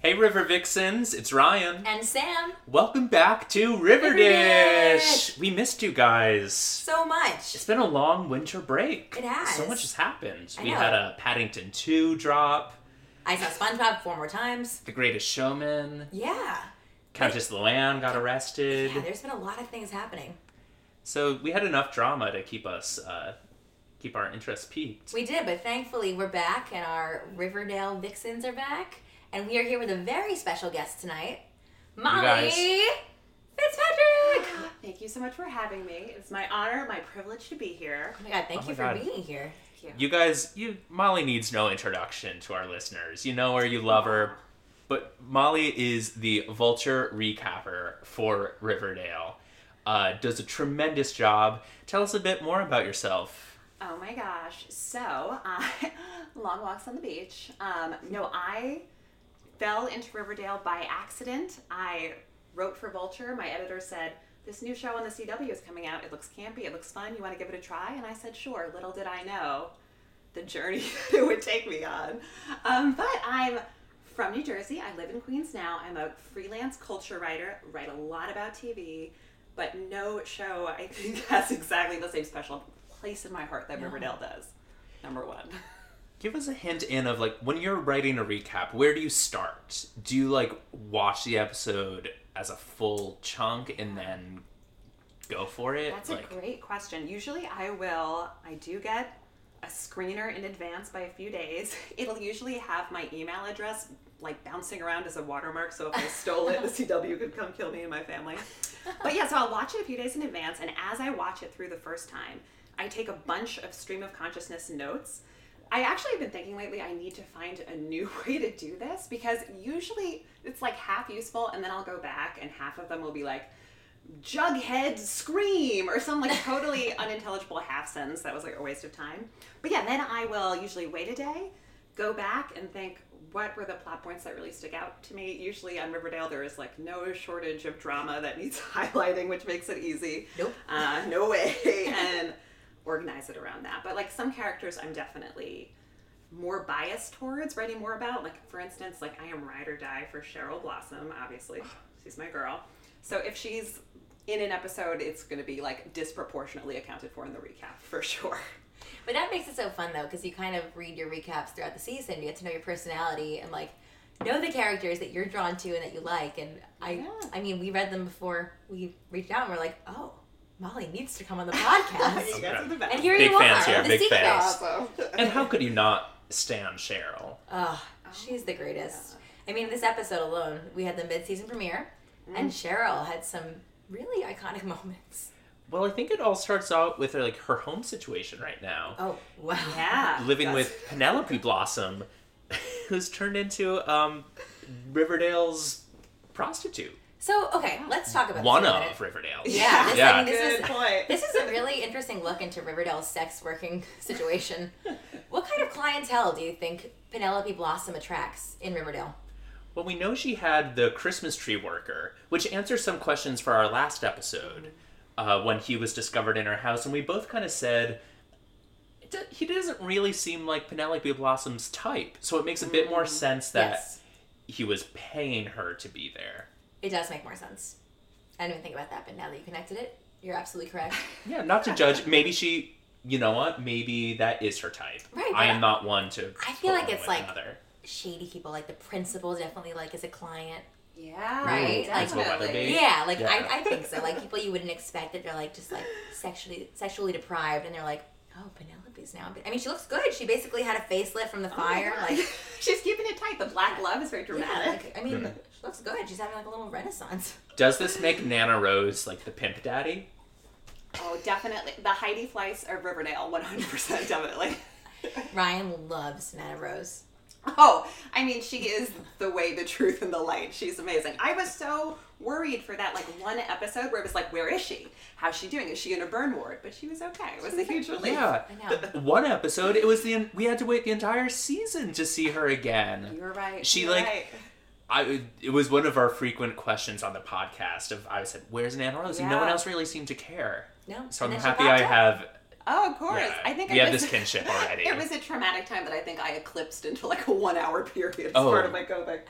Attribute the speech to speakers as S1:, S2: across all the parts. S1: Hey, River Vixens, it's Ryan.
S2: and Sam
S1: Welcome back to River
S2: River
S1: Dish.
S2: Dish.
S1: We missed you guys.
S2: so much.
S1: It's been a long winter break.
S2: It has.
S1: So much has happened.
S2: I
S1: we
S2: know.
S1: had a Paddington 2 drop,
S2: I saw SpongeBob four more times.
S1: The Greatest Showman,
S2: Yeah.
S1: Countess Luann got arrested.
S2: Yeah, there's been a lot of things happening.
S1: So we had enough drama to keep us, uh, keep our interest peaked.
S2: We did, but thankfully we're back and our Riverdale Vixens are back. And we are here with a very special guest tonight. Molly
S1: guys.
S2: Fitzpatrick! Oh
S3: Thank you so much for having me. It's my honor, my privilege to be here.
S2: my god, thank
S1: Oh
S2: you for
S1: my God.
S2: being here.
S3: Thank
S1: You guys, you Molly needs no introduction to our listeners. You know her, you love her, but Molly is the vulture recapper for Riverdale. Uh, does a tremendous job. Tell us a bit more about yourself.
S3: Oh my gosh. So, uh, long walks on the beach. Um, no, I fell into Riverdale by accident. I wrote for Vulture. My editor said, This new show on the CW is coming out. It looks campy. It looks fun. You want to give it a try? And I said, Sure. Little did I know the journey it would take me on. Um, but I'm from New Jersey. I live in Queens now. I'm a freelance culture writer, write a lot about TV, but no show I think has exactly the same special place in my heart that Riverdale does. Number one.
S1: Give us a hint in of like when you're writing a recap, where do you start? Do you like watch the episode as a full chunk and then go for it?
S3: That's
S1: like
S3: a great question. Usually I will, I do get a screener in advance by a few days. It'll usually have my email address like bouncing around as a watermark, so if I stole it, the CW could come kill me and my family. But yeah, so I'll watch it a few days in advance, and as I watch it through the first time, I take a bunch of stream of consciousness notes. I actually have been thinking lately I need to find a new way to do this because usually it's like half useful and then I'll go back and half of them will be like, Jughead scream or some like totally unintelligible half sentence that was like a waste of time. But yeah, then I will usually wait a day, go back and think what were the plot points that really stick out to me. Usually on Riverdale there is like no shortage of drama that needs highlighting, which makes it easy.
S2: Nope.
S3: Uh, no way. and organize it around that. But like some characters I'm definitely more biased towards writing more about. Like, for instance, like I am ride or die for Cheryl Blossom, obviously. She's my girl. So if she's in an episode, it's going to be like disproportionately accounted for in the recap for sure.
S2: But that makes it so fun though, because you kind of read your recaps throughout the season. You get to know your personality and like know the characters that you're drawn to and that you like. And I,
S3: Yeah.
S2: I mean, we read them before we reached out, and we're like, oh, Molly needs to come on the podcast.
S3: you guys are the best.
S2: and here
S1: Big
S2: you
S1: fans
S2: are,
S1: here,
S2: the
S1: big
S2: secret.
S1: fans.
S3: Awesome.
S1: And how could you not stand Cheryl?
S2: Oh, she's the greatest. I mean, this episode alone, we had the mid-season premiere, and Cheryl had some really iconic moments.
S1: Well, I think it all starts out with like her home situation right now.
S2: Oh wow!
S3: yeah.
S1: living
S3: that's-
S1: with Penelope Blossom, who's turned into um, Riverdale's prostitute.
S2: So okay, let's talk about
S1: One
S2: this a
S1: of
S2: minute.
S1: Riverdale.
S2: Yeah, this,
S1: Yeah.
S2: I mean, this
S3: Good
S2: is
S3: point.
S2: This is a really interesting look into Riverdale's sex working situation. What kind of clientele do you think Penelope Blossom attracts in Riverdale?
S1: Well, we know she had the Christmas tree worker, which answers some questions for our last episode uh, when he was discovered in her house, and we both kind of said. "It do- He doesn't really seem like Penelope Blossom's type, so it makes a bit more sense that
S2: Mm-hmm. Yes,
S1: he was paying her to be there.
S2: it does make more sense. I didn't even think about that, but now that you connected it, you're absolutely correct.
S1: Yeah, not to judge. Maybe she, you know what? Maybe that is her type.
S2: Right,
S1: I
S2: but
S1: am not one to.
S2: I feel
S1: put
S2: like
S1: one
S2: it's
S1: with
S2: like-
S1: another.
S2: Shady people, like the principal, definitely like is a client.
S3: Yeah.
S2: Right? Like-
S1: Principal Weatherby.
S3: Definitely.
S2: Yeah, like
S1: Yeah.
S2: I, I think so. Like people you wouldn't expect that they're like just like sexually sexually deprived, and they're like, oh, Penelope's now. I mean, she looks good. She basically had a facelift from the
S3: Oh my
S2: fire.
S3: God.
S2: like
S3: she's keeping it tight. The black love is very
S2: Yeah,
S3: dramatic.
S2: like, I mean,
S1: Mm-hmm.
S2: she looks good. She's having like a little renaissance.
S1: Does this make Nana Rose like the pimp daddy?
S3: Oh, definitely. The Heidi Fleiss of Riverdale, 100% definitely.
S2: Ryan loves Nana Rose.
S3: Oh, I mean, she is the way, the truth, and the light. She's amazing. I was so worried for that like one episode where it was like, where is she? How's she doing? Is she in a burn ward? But she was okay. It was a huge relief.
S1: Yeah.
S2: I know.
S1: The- One episode, it was the we had to wait the entire season to see her again.
S3: You were right.
S1: She,
S3: you were
S1: like-
S3: right.
S1: I it was one of our frequent questions on the podcast. Of I said, "Where's Nana Rose?" And no
S3: Yeah.
S1: one else really seemed to care.
S2: No.
S1: So I'm
S2: And then she
S1: happy
S2: popped
S1: I
S2: up.
S1: have.
S3: Oh, of course.
S1: Yeah,
S3: I think
S1: we
S3: I
S1: have
S3: was-
S1: this kinship already.
S3: it was a traumatic time that I think I eclipsed into like a one hour period as
S1: Oh.
S3: part of my COVID.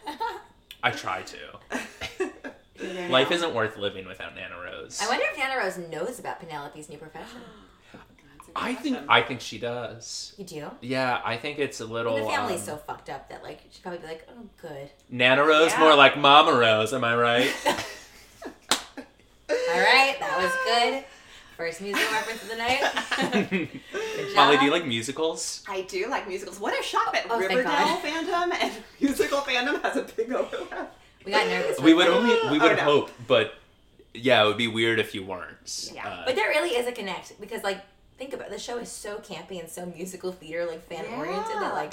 S1: I try to.
S2: You don't
S1: Life
S2: know.
S1: isn't worth living without Nana Rose.
S2: I wonder if Nana Rose knows about Penelope's new profession.
S3: That's a good
S1: I think
S3: question.
S1: I think she does.
S2: You do?
S1: Yeah, I think it's a
S2: I
S1: little.
S2: mean, the family's so
S1: um,
S2: fucked up that like she'd probably be like, "Oh, good.
S1: Nana Rose,
S3: Yeah.
S1: more like Mama Rose. Am I right?
S2: All right, that was good. First musical reference of the night. Good
S1: Molly, do you
S2: job.
S1: like musicals?
S3: I do like musicals. What a shop at
S2: Oh, thank
S3: Riverdale
S2: God.
S3: fandom and musical fandom has a big overlap.
S2: We got nervous.
S1: We
S2: with
S1: would
S2: that.
S1: only we would
S3: Oh, no.
S1: hope, but yeah, it would be weird if you weren't.
S3: Yeah.
S1: Uh,
S2: But there really is a connect because like think about it, the show is so campy and so musical theater like fan oriented
S3: Yeah.
S2: that like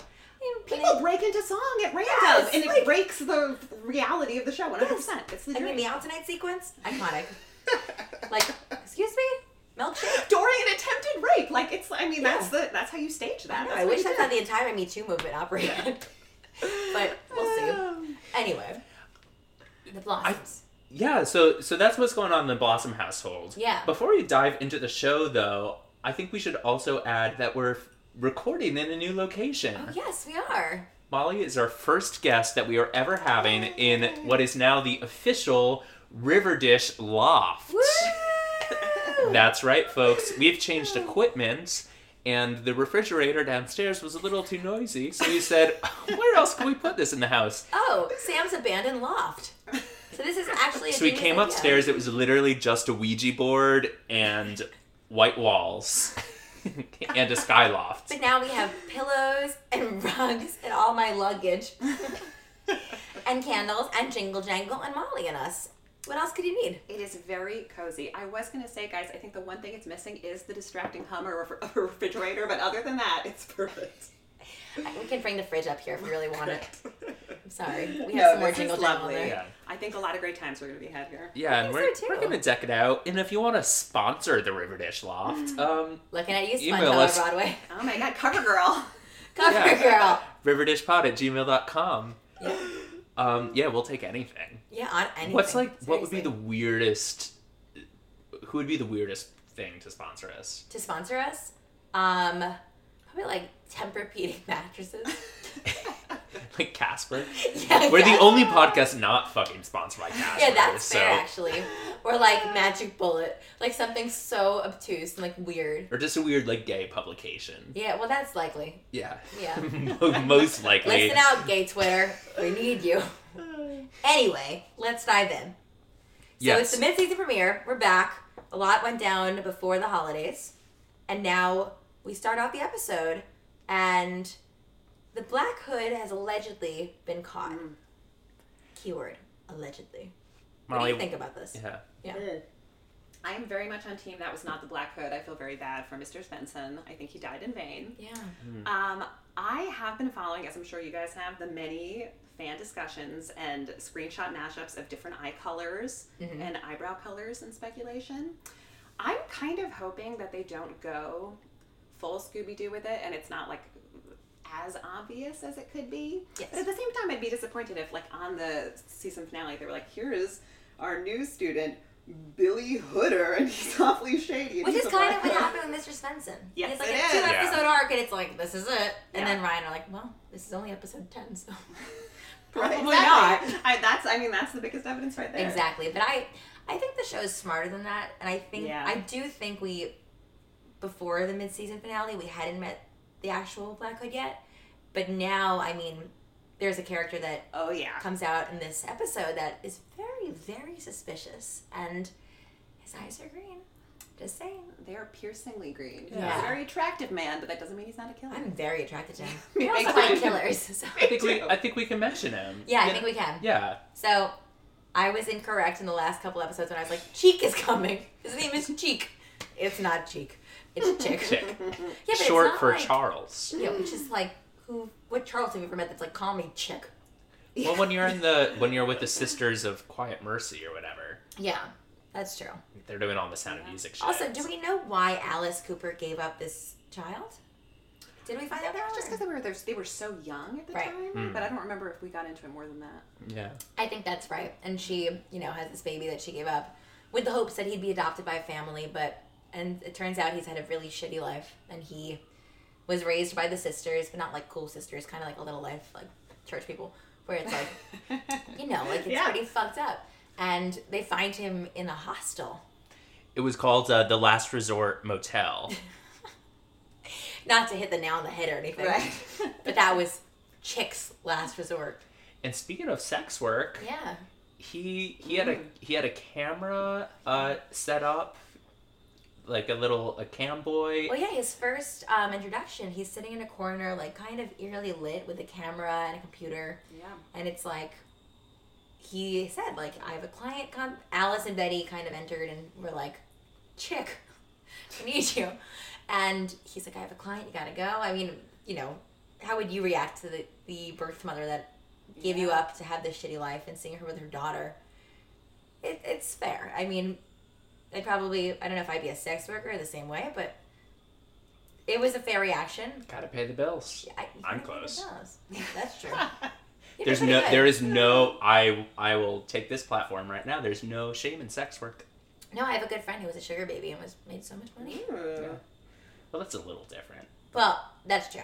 S3: People break into song at random,
S2: Yes,
S3: and it
S2: like-
S3: breaks the reality of the show 100%. It's the
S2: I
S3: dream.
S2: mean the out tonight sequence iconic. like excuse me, milkshake.
S3: during an attempted rape. Like it's, I mean, that's the that's how you stage that.
S2: I know,
S3: That's
S2: I
S3: what
S2: wish
S3: you
S2: that's
S3: do.
S2: how the entire Me Too movement operated. but we'll see.
S3: Um,
S2: Anyway, the blossoms.
S1: Yeah, so so that's what's going on in the Blossom household.
S2: Yeah.
S1: Before we dive into the show, though, I think we should also add that we're f- recording in a new location.
S2: oh yes, we are.
S1: Molly is our first guest that we are ever having in what is now the official River Dish Loft.
S2: Woo!
S1: That's right, folks. We've changed equipment, and the refrigerator downstairs was a little too noisy, so we said, "Where else can we put this in the house?"
S2: Oh, Sam's abandoned loft. So this is actually. A
S1: So we
S2: genius
S1: came
S2: idea.
S1: upstairs. It was literally just a Ouija board and white walls and a skyloft.
S2: But now we have pillows and rugs and all my luggage and candles and jingle jangle and Molly and us. What else could you need?
S3: It is very cozy. I was gonna say, guys, I think the one thing it's missing is the distracting hum or ref- of a refrigerator, but other than that, it's perfect.
S2: I- We can bring the fridge up here if we really want it. I'm sorry. We have
S3: No,
S2: some more
S3: this is
S2: jingle jangle
S3: lovely.
S2: there.
S1: Yeah.
S3: I think a lot of great times we're gonna be had here.
S1: Yeah, and
S2: think
S1: we're,
S2: so,
S1: we're
S2: too.
S1: gonna deck it out. And if you want to sponsor the River Dish Loft, um,
S2: Looking at you,
S1: Email
S2: SpongeBob
S1: us.
S2: Broadway.
S3: Oh my god, CoverGirl.
S2: Cover
S1: Yeah.
S2: girl.
S1: riverdishpod at gmail.com.
S2: Yeah.
S1: Um, yeah, we'll take anything.
S2: Yeah, on anything.
S1: What's like? What would be
S2: seriously.
S1: the weirdest? Who would be the weirdest thing to sponsor us?
S2: to sponsor us? Um, probably like Tempur-Pedic mattresses.
S1: Like Casper.
S2: yeah,
S1: We're the
S2: yes.
S1: only podcast not fucking sponsored by Casper.
S2: Yeah, that's
S1: so.
S2: fair actually. Or like Magic Bullet, like something so obtuse and like weird.
S1: Or just a weird like gay publication.
S2: Yeah, well, that's likely.
S1: Yeah.
S2: Yeah.
S1: Most likely.
S2: Listen out, Gay Twitter. We need you. Anyway, let's dive in. So
S1: Yes.
S2: it's the mid-season premiere. We're back. A lot went down before the holidays, and now we start off the episode, and the Black Hood has allegedly been caught.
S3: Mm.
S2: Keyword: allegedly. what do
S1: Molly.
S2: you think about this?
S1: yeah.
S3: I am very much on team. That was not the Black Hood. I feel very bad for Mr. Svensson. I think he died in vain.
S2: Yeah. Mm-hmm.
S3: Um, I have been following, as I'm sure you guys have, the many fan discussions and screenshot mashups of different eye colors
S2: Mm-hmm.
S3: and eyebrow colors and speculation. I'm kind of hoping that they don't go full Scooby Doo with it and it's not like as obvious as it could be.
S2: Yes.
S3: But at the same time, I'd be disappointed if, like, on the season finale, they were like, here is our new student, Billy Hooder, and he's awfully shady. and
S2: Which
S3: he's
S2: is
S3: a
S2: kind of
S3: black
S2: what
S3: man."
S2: happened with Mr. Svensson.
S3: Yes,
S2: it's like
S3: it
S2: a
S3: is.
S2: two
S3: Yeah.
S2: episode arc, and it's like this is it, and
S3: Yeah.
S2: then Ryan are like, well, this is only episode ten, so
S3: Right,
S2: probably not.
S3: exactly. I, that's, I mean, that's the biggest evidence right there.
S2: Exactly. But I I think the show is smarter than that. And I think
S3: Yeah.
S2: I do think we before the mid season finale we hadn't met the actual Black Hood yet. But now, I mean, there's a character that
S3: Oh yeah.
S2: comes out in this episode that is very, very suspicious and his eyes are green. Just saying.
S3: They are piercingly green.
S2: Yeah.
S3: He's a very attractive man, but that doesn't mean he's not a killer.
S2: I'm very attracted to him.
S3: Me
S2: We also
S3: too.
S2: find killers. So.
S1: I think we. I think we can mention him.
S2: Yeah, I
S1: You
S2: think
S1: know?
S2: we can.
S1: Yeah.
S2: So I was incorrect in the last couple episodes when I was like, Cheek is coming. His name is Cheek. It's not Cheek. It's Chick.
S1: Chick.
S2: Yeah, but it's
S1: Short
S2: not
S1: for
S2: like,
S1: Charles.
S2: Yeah, which is like who? What Charles have you ever met that's like call me Chick?
S1: Well, when you're in the when you're with the Sisters of Quiet Mercy or whatever,
S2: Yeah, that's true.
S1: they're doing all the Sound of Music shit.
S2: Also, do we know why Alice Cooper gave up this child? Did we find out
S3: That
S2: that?
S3: was just
S2: or-
S3: because they were Hmm. they were- they were so young at the
S2: Right.
S3: time, but I don't remember if we got into it more than that.
S1: Yeah.
S2: I think that's right. And she, you know, has this baby that she gave up with the hopes that he'd be adopted by a family, but and it turns out he's had a really shitty life and he was raised by the sisters, but not like cool sisters, kind of like a little life like church people. where it's like, you know, like it's
S3: Yeah.
S2: pretty fucked up. And they find him in a hostel.
S1: It was called uh, the Last Resort Motel.
S2: Not to hit the nail on the head or anything,
S3: Right.
S2: but that was Chick's last resort.
S1: and speaking of sex work,
S2: Yeah.
S1: he he had a he had a camera uh, set up, like a little a cam boy.
S2: Well, yeah, his first um, introduction, he's sitting in a corner, like kind of eerily lit with a camera and a computer.
S3: yeah.
S2: and it's like he said like i have a client come alice and betty kind of entered and were like chick i need you and he's like i have a client you gotta go i mean you know how would you react to the, the birth mother that gave you
S3: Yeah.
S2: up to have this shitty life and seeing her with her daughter it, it's fair i mean i probably i don't know if i'd be a sex worker the same way but it was a fair reaction
S1: Gotta pay the bills.
S2: I,
S1: I'm close.
S2: that's true You're
S1: There's
S2: pretty
S1: no,
S2: good.
S1: there is no. I I will take this platform right now. There's no shame in sex work.
S2: No, I have a good friend who was a sugar baby and was made so much money.
S3: Ooh.
S1: Well, that's a little different.
S2: Well, that's true.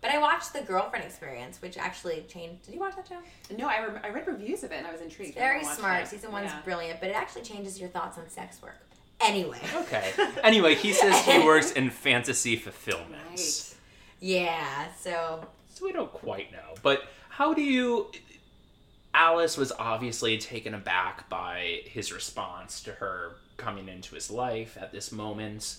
S2: But I watched the girlfriend experience, which actually changed. Did you watch that show?
S3: No, I, rem- I read reviews of it and I was intrigued. I
S2: Very
S3: haven't watched
S2: smart.
S3: it.
S2: Season one's
S3: Yeah.
S2: brilliant, but it actually changes your thoughts on sex work. Anyway,
S1: Okay. Anyway, he says he works in fantasy fulfillments.
S3: Right.
S2: yeah. So
S1: So we don't quite know. But how do you. Alice was obviously taken aback by his response to her coming into his life at this moment.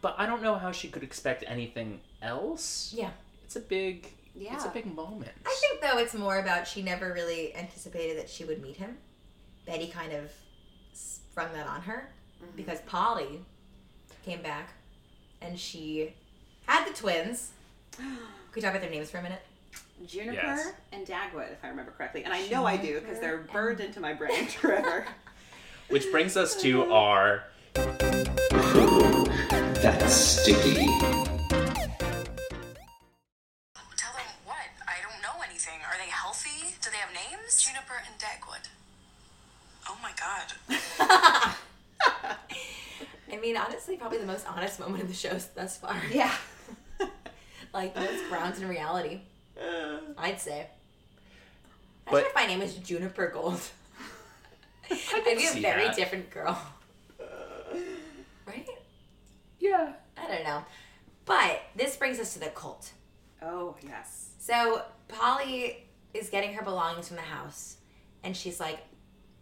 S1: But I don't know how she could expect anything else.
S2: yeah,
S1: It's a big. It's a
S3: Yeah.
S1: big moment.
S2: I think though it's more about she never really anticipated that she would meet him. Betty kind of sprung that on her
S3: Mm-hmm.
S2: because Polly came back, and she had the twins. Could we talk about their names for a minute?
S3: Juniper
S1: Yes.
S3: and Dagwood, if I remember corrtly. And I know I do because they're burned into my brain forever.
S1: Which brings us to our.
S4: That's sticky.
S5: Tell them what? I don't know anything. Are they healthy? Do they have names? Juniper and Dagwood. Oh my god.
S2: I mean, honestly, probably the most honest moment of the show thus far.
S3: yeah.
S2: Like, most grounded in reality, I'd say. Imagine
S1: But-
S2: if my name was Juniper Gold. I'd be a
S1: see
S2: very
S1: that.
S2: different girl. Right?
S1: Yeah.
S2: I don't know. But this brings us to the cult.
S3: Oh, yes.
S2: So Polly is getting her belongings from the house, and she's like,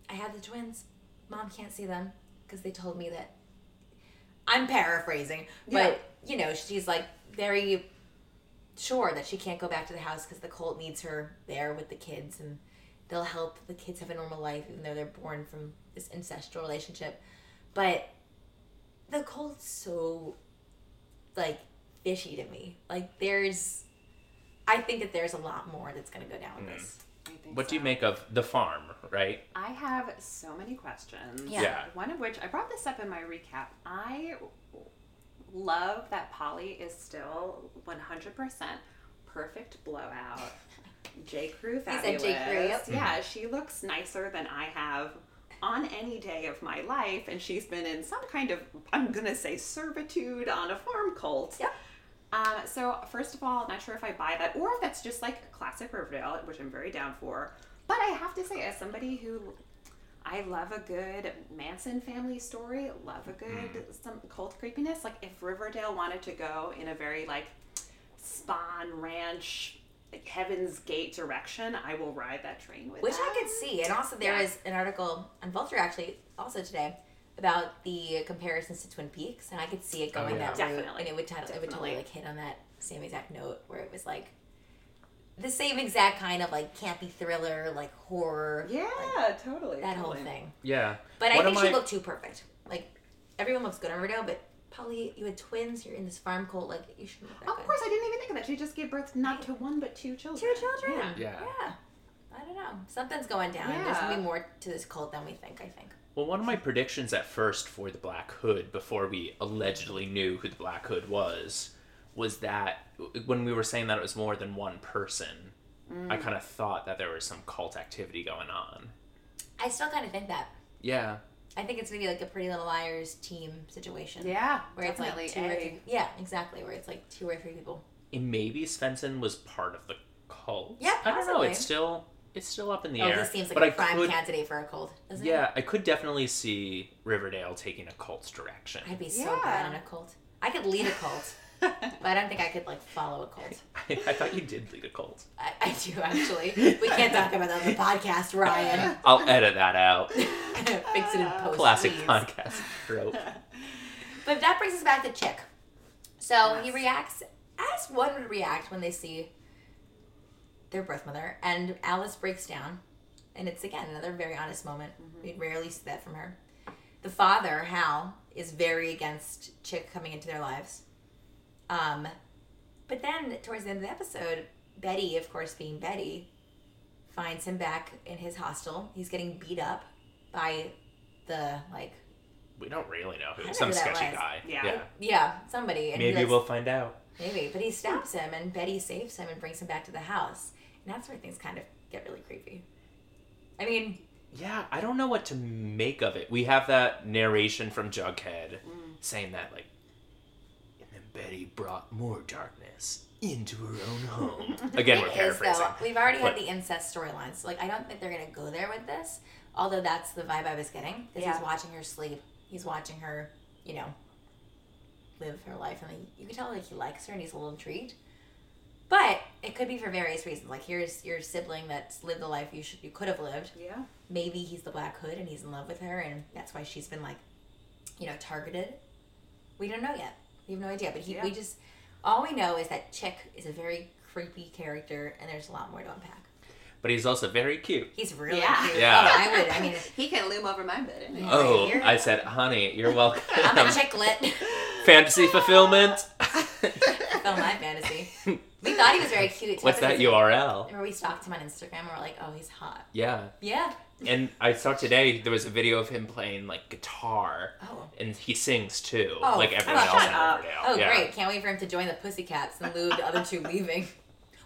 S2: "I have the twins. Mom can't see them because they told me that." I'm paraphrasing, but you know, she's like very sure that she can't go back to the house because the cult needs her there with the kids, and they'll help the kids have a normal life, even though they're born from this ancestral relationship. But the cult's so like fishy to me. Like there's I think that there's a lot more that's going to go down with this.
S3: I think
S1: What do you
S3: so.
S1: make of the farm, right?
S3: I have so many questions.
S2: Yeah.
S1: Yeah.
S3: One of which I brought this up in my recap. I love that Polly is still 100% perfect blowout. J. Crew
S2: said
S3: fabulous.
S2: J. Crew, yep.
S3: Yeah, she looks nicer than I have on any day of my life, and she's been in some kind of I'm gonna say servitude on a farm cult.
S2: Yep.
S3: Um, so first of all, not sure if I buy that or if that's just like classic Riverdale, which I'm very down for. But I have to say, as somebody who I love a good Manson family story, love a good some cult creepiness. Like if Riverdale wanted to go in a very like Spawn Ranch, Heaven's Gate direction, I will ride that train with.
S2: Which
S3: them.
S2: I could see. And also, there
S3: Yeah.
S2: is an article on Vulture actually also today about the comparisons to Twin Peaks, and I could see it going that
S1: yeah.
S2: way.
S3: Definitely.
S2: And it would, tot- it would totally
S3: Definitely.
S2: like hit on that same exact note where it was like the same exact kind of like campy thriller, like horror,
S3: Yeah, totally.
S2: that whole
S3: totally.
S2: thing.
S1: Yeah.
S2: But I
S1: One of
S2: think she
S1: my-
S2: looked too perfect. Like everyone looks good on Riverdale, but Polly, you had twins. You're in this farm cult. Like you shouldn't look that
S3: Of
S2: good.
S3: course, I didn't even think of that. She just gave birth not to one but two children.
S2: Two children.
S3: Yeah.
S1: Yeah.
S2: Yeah. I don't know. Something's going down. There's
S3: Yeah.
S2: gonna be more to this cult than we think. I think.
S1: Well, one of my predictions at first for the Black Hood, before we allegedly knew who the Black Hood was, was that when we were saying that it was more than one person,
S2: Mm.
S1: I kind of thought that there was some cult activity going on.
S2: I still kind of think that.
S1: Yeah.
S2: I think it's gonna be like a Pretty Little Liars team situation.
S3: Yeah,
S2: Where it's like two or
S3: definitely
S2: three. Yeah, exactly. Where it's like two or three people.
S1: And maybe Svensson was part of the cult. cult.
S2: Yeah,
S1: I don't know.
S2: possibly.
S1: It's still it's still up in the
S2: Oh, he
S1: air.
S2: seems like
S1: but
S2: a
S1: I
S2: prime
S1: could,
S2: candidate for a cold, doesn't
S1: Yeah, I could definitely see Riverdale taking a cult's direction.
S2: he? I'd be so
S3: Yeah.
S2: bad in a cult. I could lead a cult, but I don't think I could like follow a cult.
S1: I, I thought you did lead a cult.
S2: I, I do actually. We can't talk about that on the podcast, Ryan.
S1: I'll edit that out.
S2: Oh, Fix it in post.
S1: Classic
S2: please.
S1: podcast trope.
S2: But that brings us back to Chick. So he
S3: Yes.
S2: reacts as one would react when they see their birth mother, and Alice breaks down. And it's again another very honest moment. We rarely see that from her. The father, Hal, is very against Chick coming into their lives. Um, but then towards the end of the episode, Betty, of course, being Betty, finds him back in his hostel. He's getting beat up by the like
S1: We don't really know
S2: I
S1: who.
S2: know
S1: Some
S2: who that
S1: sketchy
S2: was.
S1: guy.
S3: Yeah.
S2: yeah somebody. And he,
S1: Maybe
S2: like,
S1: we'll find out.
S2: Maybe, but he stops him, and Betty saves him and brings him back to the house, and that's where things kind of get really creepy. I mean,
S1: Yeah, I don't know what to make of it. We have that narration from Jughead
S2: Mm.
S1: saying that, like, and then Betty brought more darkness into her own home. Again, we're
S2: it is
S1: paraphrasing.
S2: We've already
S1: But-
S2: had the incest storyline, so like, I don't think they're gonna go there with this. Although that's the vibe I was getting, because
S3: Yeah.
S2: he's watching her sleep, he's watching her, you know, live her life, and like, you can tell like he likes her and he's a little intrigued. But it could be for various reasons. Like here's your sibling that's lived the life you should you could have lived.
S3: Yeah.
S2: maybe he's the black hood and he's in love with her and that's why she's been like you know targeted we don't know yet we have no idea but he,
S3: Yeah.
S2: we just all we know is that chick is a very creepy character and there's a lot more to unpack
S1: But he's also very cute.
S2: he's really
S3: Yeah.
S2: cute
S1: Yeah.
S2: Oh, i would i mean
S3: He can loom over my bed. isn't he?
S2: Yeah.
S1: Oh,
S2: you're-
S1: I said, honey, you're welcome.
S2: i'm a chicklet
S1: Fantasy fulfillment.
S2: on my fantasy we thought he was very cute
S1: What's that
S2: you
S1: URL?
S2: remember we stalked him on instagram and we're like oh he's hot
S1: Yeah.
S2: yeah
S1: And I saw today there was a video of him playing, like, guitar.
S2: oh
S1: And he sings too,
S2: Oh,
S1: like
S2: oh,
S1: everyone else
S2: shut
S1: in
S3: up.
S1: Riverdale.
S2: oh
S1: yeah.
S2: great can't wait for him to join the pussycats in lieu of the other two leaving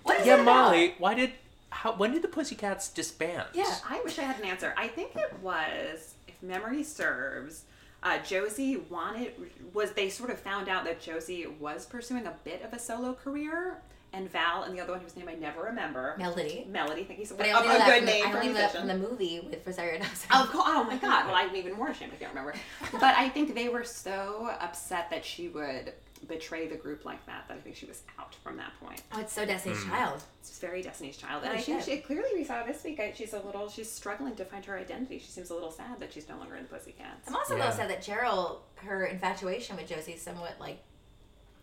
S2: what is
S1: Yeah,
S2: that about?
S1: Molly, why did how when did the Pussycats disband?
S2: Yeah.
S3: I wish I had an answer. I think it was, if memory serves, uh, Josie wanted was they sort of found out that Josie was pursuing a bit of a solo career, and Val and the other one whose name I never remember,
S2: melody
S3: Melody. Thank you so much.
S2: But I
S3: A,
S2: only know
S3: a
S2: that
S3: good
S2: from the,
S3: name
S2: I
S3: for a
S2: only know that from
S3: musician.
S2: the movie with Rosario Dawson.
S3: Of course. Oh my God. Well, I'm even more ashamed I can't remember. But I think they were so upset that she would betray the group like that that I think she was out from that point.
S2: Oh, it's so Destiny's
S1: Hmm.
S2: Child.
S3: It's very Destiny's Child, and
S2: Oh,
S3: I think
S2: shit.
S3: she clearly we saw this week. I- She's a little. She's struggling to find her identity. She seems a little sad that she's no longer in the Pussycats.
S2: I'm also a little
S1: Yeah.
S2: sad that Cheryl, her infatuation with Josie, somewhat like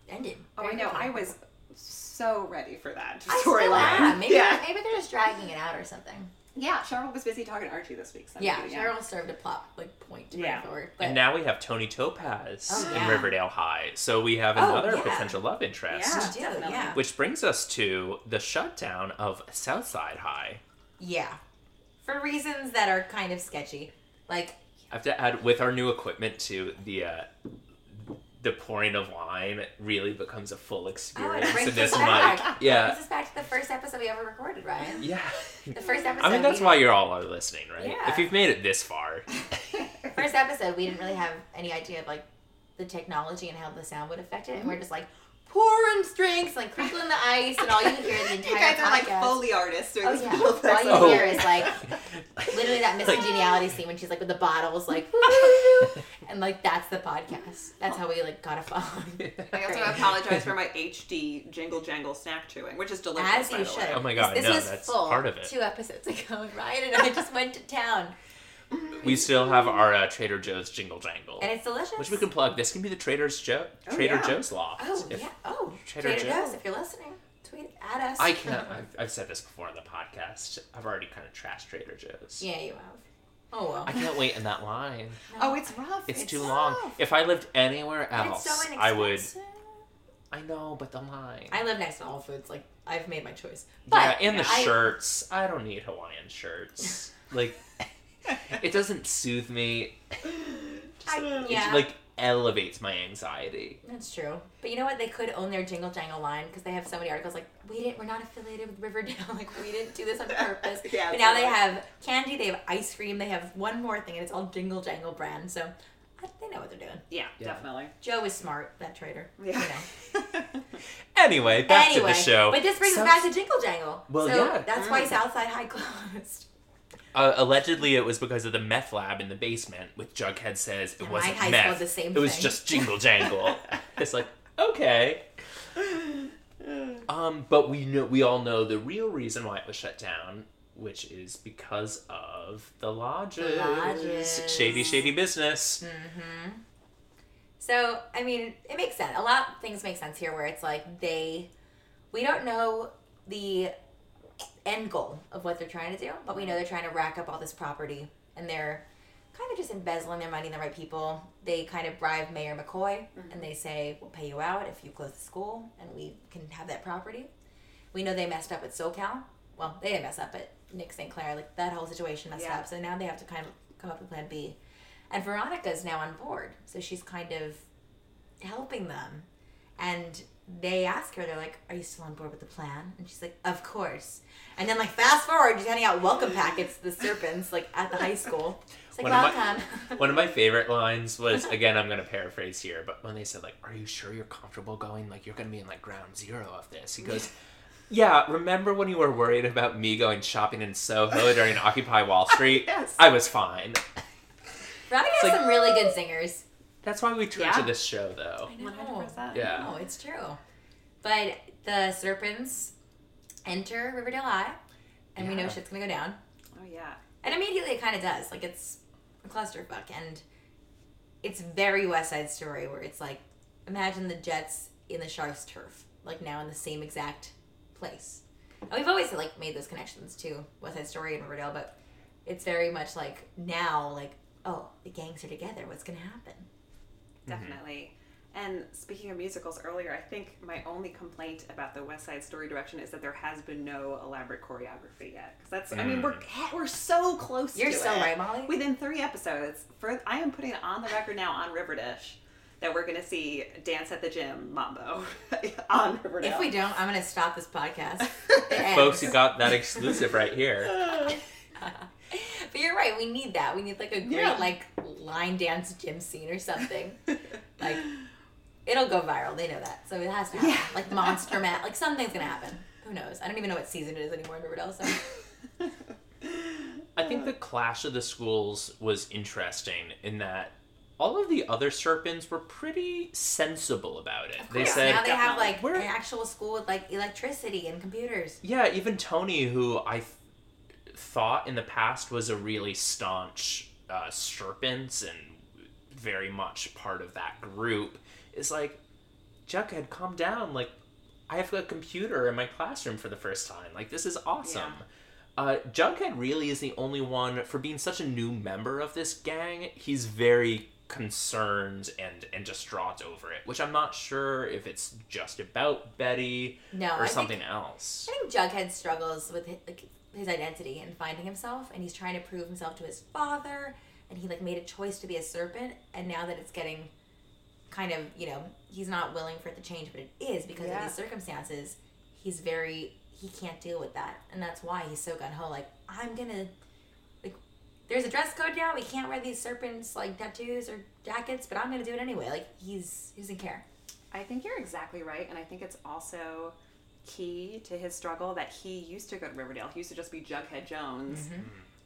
S2: ended.
S3: Oh, I know. I was so ready for that
S2: I still am.
S3: storyline.
S2: Maybe,
S3: Yeah.
S2: maybe they're just dragging it out or something.
S3: Yeah. Cheryl was busy talking to Archie this week. So
S2: Yeah,
S3: maybe,
S2: Cheryl served a plot like point to bring
S3: Yeah.
S2: forward. But
S1: And now we have Tony Topaz
S2: Oh,
S1: in
S2: yeah.
S1: Riverdale High. So we have
S2: Oh,
S1: another
S2: yeah.
S1: potential love interest.
S2: we do,
S3: Yeah, definitely.
S2: yeah,
S1: Which brings us to the shutdown of Southside High.
S2: yeah, for reasons that are kind of sketchy. Like,
S1: I have to add with our new equipment to the uh, the pouring of wine really becomes a full experience
S2: Oh, brings
S1: in this
S2: us
S1: mic.
S2: back.
S1: Yeah.
S2: this is back to the first episode we ever recorded, Ryan.
S1: Yeah.
S2: The first episode.
S1: I mean that's
S2: we-
S1: why you're all are listening, right?
S3: Yeah.
S1: If you've made it this far.
S2: first episode, we didn't really have any idea of like the technology and how the sound would affect it, and
S3: Mm-hmm.
S2: we're just like pouring drinks, like crinkling the ice, and all you hear the entire
S3: You guys are like
S2: podcast.
S3: Foley artists during
S2: Oh
S3: this
S2: yeah,
S3: whole thing.
S2: all
S1: Oh.
S2: you hear is like literally that Miss Congeniality scene when she's like with the bottles, like, and like that's the podcast. That's how we like got a following.
S3: I also apologize for my HD jingle jangle snack chewing, which is delicious.
S2: As
S3: by
S2: you
S3: the
S2: should.
S3: way.
S1: Oh my God,
S2: this, this
S1: no,
S2: was
S1: that's
S2: full
S1: part of it.
S2: Two episodes ago, and Ryan and I just went to town,
S1: we still have our uh, Trader Joe's jingle jangle.
S2: and it's delicious.
S1: Which we can plug. This can be the Trader's Joe, Trader
S3: yeah.
S1: Joe's loft.
S2: Oh
S1: If-
S2: yeah. Oh,
S1: Trader
S2: Trader,
S1: Joe.
S2: Joe's. If you're listening, tweet at us.
S1: I can't. I've, I've said this before on the podcast. I've already kind of trashed Trader Joe's.
S2: Yeah, you have. Oh well.
S1: I can't wait in that line.
S3: Oh, it's rough.
S1: It's, too long. If I lived anywhere else,
S2: It's so
S1: I would.
S2: inexpensive.
S1: I know, but the line.
S2: I live next to all foods. Like I've made my choice.
S1: yeah,
S2: But
S1: and the
S2: I-
S1: shirts. I don't need Hawaiian shirts. like, it doesn't soothe me.
S2: I-
S1: It,
S2: yeah,
S1: like elevates my anxiety.
S2: that's true. But you know what? They could own their jingle jangle line because they have so many articles like we didn't. We're not affiliated with Riverdale. Like we didn't do this on purpose.
S3: Yeah,
S2: but now they
S3: totally.
S2: have candy. They have ice cream. They have one more thing, and it's all jingle jangle brand. So I, they know what they're doing.
S3: Yeah,
S1: Yeah.
S3: definitely.
S2: Joe is smart, that traitor. You
S3: Yeah.
S2: know.
S1: Anyway, back
S2: anyway,
S1: to the show. Mm.
S2: But this brings
S1: Subs-
S2: us back to Jingle Jangle.
S1: Well,
S2: so
S1: yeah.
S2: That's why Southside High closed.
S1: Uh, allegedly, it was because of the meth lab in the basement, which Jughead says it
S2: my
S1: wasn't
S2: high
S1: meth.
S2: school the same
S1: it was
S2: thing.
S1: just jingle jangle. it's like okay. Um, but we know we all know the real reason why it was shut down, which is because of the lodges,
S2: lodges.
S1: shady, shady business.
S2: So, I mean, it makes sense. A lot of things make sense here where it's like they, we don't know the end goal of what they're trying to do, but we know they're trying to rack up all this property and they're kind of just embezzling their money in the right people. They kind of bribe Mayor McCoy and they say, we'll pay you out if you close the school and we can have that property. We know they messed up with SoCal. Well, they didn't mess up, but Nick St. Clair, like that whole situation messed
S3: Yeah.
S2: up. So now they have to kind of come up with plan B. And Veronica's now on board. So she's kind of helping them. And they ask her, they're like, Are you still on board with the plan? And she's like, Of course. And then, like, fast forward, she's handing out welcome packets to the serpents, like, at the high school. It's like,
S1: One of my-
S2: Welcome.
S1: One of my favorite lines was again, I'm gonna paraphrase here, but when they said like, "Are you sure you're comfortable going? Like you're gonna be in like ground zero of this?" He goes. Yeah, remember when you were worried about me going shopping in Soho during Occupy Wall Street?
S3: Yes.
S1: I was fine.
S2: Veronica has
S1: like-
S2: some really good singers.
S1: That's why we turned
S3: Yeah.
S1: to this show, though.
S2: I know.
S3: 100%.
S1: Yeah.
S2: No, Oh, it's true. But the serpents enter Riverdale High, and we know
S1: Yeah.
S2: shit's gonna go down.
S3: Oh, yeah.
S2: And immediately it kind of does. Like, it's a clusterfuck. And it's very West Side Story where it's like, imagine the Jets in the Sharks turf, like now in the same exact place. And we've always like made those connections to West Side Story and Riverdale, but it's very much like now, like, oh, the gangs are together. What's gonna happen?
S3: Definitely. And speaking of musicals earlier, I think my only complaint about the West Side Story direction is that there has been no elaborate choreography yet. 'Cause that's, I mean, we're we're so close.
S2: You're
S3: to
S2: so
S3: it.
S2: right, Molly.
S3: Within three episodes, for I am putting it on the record now on Riverdish that we're going to see Dance at the Gym Mambo on Riverdale.
S2: If we don't, I'm gonna stop this podcast. It ends.
S1: Folks, you got that exclusive right here.
S2: But you're right. We need that. We need like a great
S3: Yeah.
S2: like line dance gym scene or something. like it'll go viral. They know that, so it has to happen.
S3: Yeah.
S2: Like monster mat. Like something's gonna happen. Who knows? I don't even know what season it is anymore in Riverdale. So
S1: I think the clash of the schools was interesting in that all of the other serpents were pretty sensible about it. They
S2: Yeah,
S1: said,
S2: now they have
S3: definitely.
S2: like
S1: We're-
S2: an actual school with like electricity and computers.
S1: yeah, even Tony, who I th- thought in the past was a really staunch uh, serpent and very much part of that group, is like, Jughead, calm down. Like, I have a computer in my classroom for the first time. Like, this is awesome. Uh, Jughead really is the only one for being such a new member of this gang. He's very concerned and and distraught over it, which I'm not sure if it's just about Betty
S2: No, I
S1: or
S2: think-
S1: something else.
S2: I think Jughead struggles with hi- like his identity and finding himself, and he's trying to prove himself to his father. And he like made a choice to be a serpent, and now that it's getting kind of you know he's not willing for it to change, but it is because
S3: Yeah.
S2: of these circumstances. He's very he can't deal with that, and that's why he's so gun ho. Like I'm gonna like there's a dress code now. We can't wear these serpents like tattoos or jackets, but I'm gonna do it anyway. Like he's he doesn't care.
S3: I think you're exactly right, and I think it's also key to his struggle that he used to go to Riverdale. He used to just be Jughead Jones.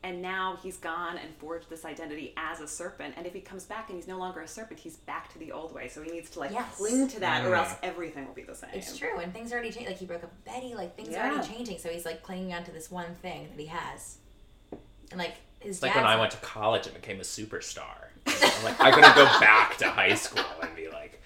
S3: And now he's gone and forged this identity as a serpent. And if he comes back and he's no longer a serpent, he's back to the old way. So he needs to like
S2: Yes.
S3: cling to that, or
S1: Mm.
S3: else everything will be the same.
S2: It's true, and things already changed. Like he broke up with Betty, like things are
S3: Yeah.
S2: already changing. So he's like clinging onto this one thing that he has, and like his
S1: It's like
S2: dad's
S1: when I went to college and became a superstar. I'm like, I couldn't go back to high school and be like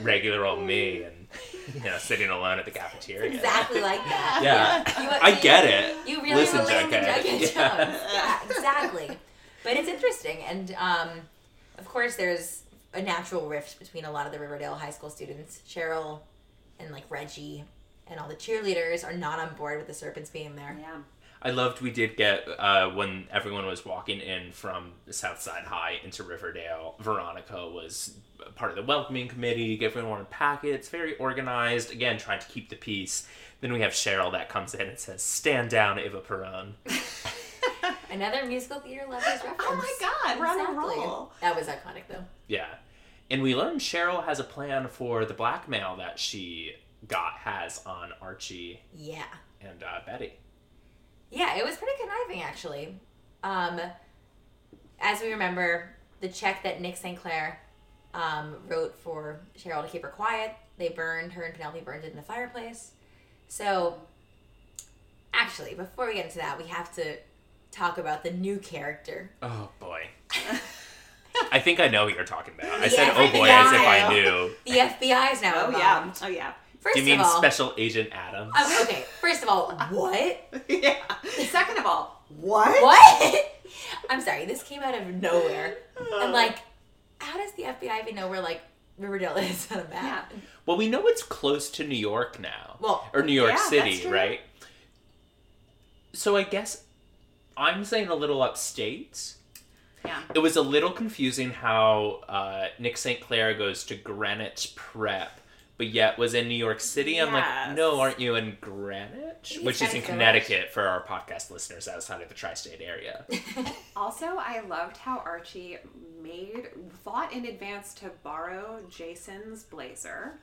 S1: regular old me and you know sitting alone at the cafeteria.
S2: exactly like that.
S1: Yeah,
S2: You-
S1: I
S2: you-
S1: get it.
S2: You really
S1: Listen,
S2: relate to
S1: Jughead.
S2: Jughead Jones.
S1: Yeah.
S2: Yeah, exactly. But it's interesting, and um, of course, there's a natural rift between a lot of the Riverdale high school students. Cheryl and like Reggie and all the cheerleaders are not on board with the serpents being there.
S3: Yeah.
S1: I loved we did get uh, when everyone was walking in from Southside High into Riverdale. Veronica was part of the welcoming committee, gave everyone packets, very organized. Again, trying to keep the peace. Then we have Cheryl that comes in and says, "Stand down, Eva Peron."
S2: Another musical theater lovers reference.
S3: Oh my god, we're on a
S2: Exactly.
S3: roll.
S2: That was iconic though.
S1: Yeah. And we learn Cheryl has a plan for the blackmail that she got has on Archie
S2: Yeah.
S1: and uh, Betty.
S2: Yeah, it was pretty conniving actually. Um, as we remember, the check that Nick St. Clair um, wrote for Cheryl to keep her quiet, they burned her and Penelope burned it in the fireplace. So, actually, before we get into that, we have to talk about the new character.
S1: Oh boy. I think I know what you're talking about. I
S2: The
S1: said oh boy as if I knew.
S2: The FBI is now
S3: Oh
S2: involved.
S3: yeah. Oh yeah.
S2: First
S1: Do you mean
S2: of all,
S1: Special Agent Adams?
S2: Um, okay. First of all, what?
S3: yeah. Second of all, what?
S2: What? I'm sorry, this came out of nowhere.
S3: Uh.
S2: And like, how does the FBI even know where like Riverdale is on a
S3: Yeah.
S2: map?
S1: Well, we know it's close to New York now.
S2: Well,
S1: or New York
S3: yeah,
S1: City,
S3: that's true.
S1: right? So I guess I'm saying a little upstate.
S3: Yeah.
S1: It was a little confusing how uh, Nick St. Clair goes to Greenwich Prep, but yet was in New York City. I'm like,
S3: Yes.
S1: no, aren't you in Greenwich?
S2: He's
S1: Which is in
S2: Greenwich.
S1: Connecticut for our podcast listeners outside of the tri state area.
S3: Also, I loved how Archie made thought in advance to borrow Jason's blazer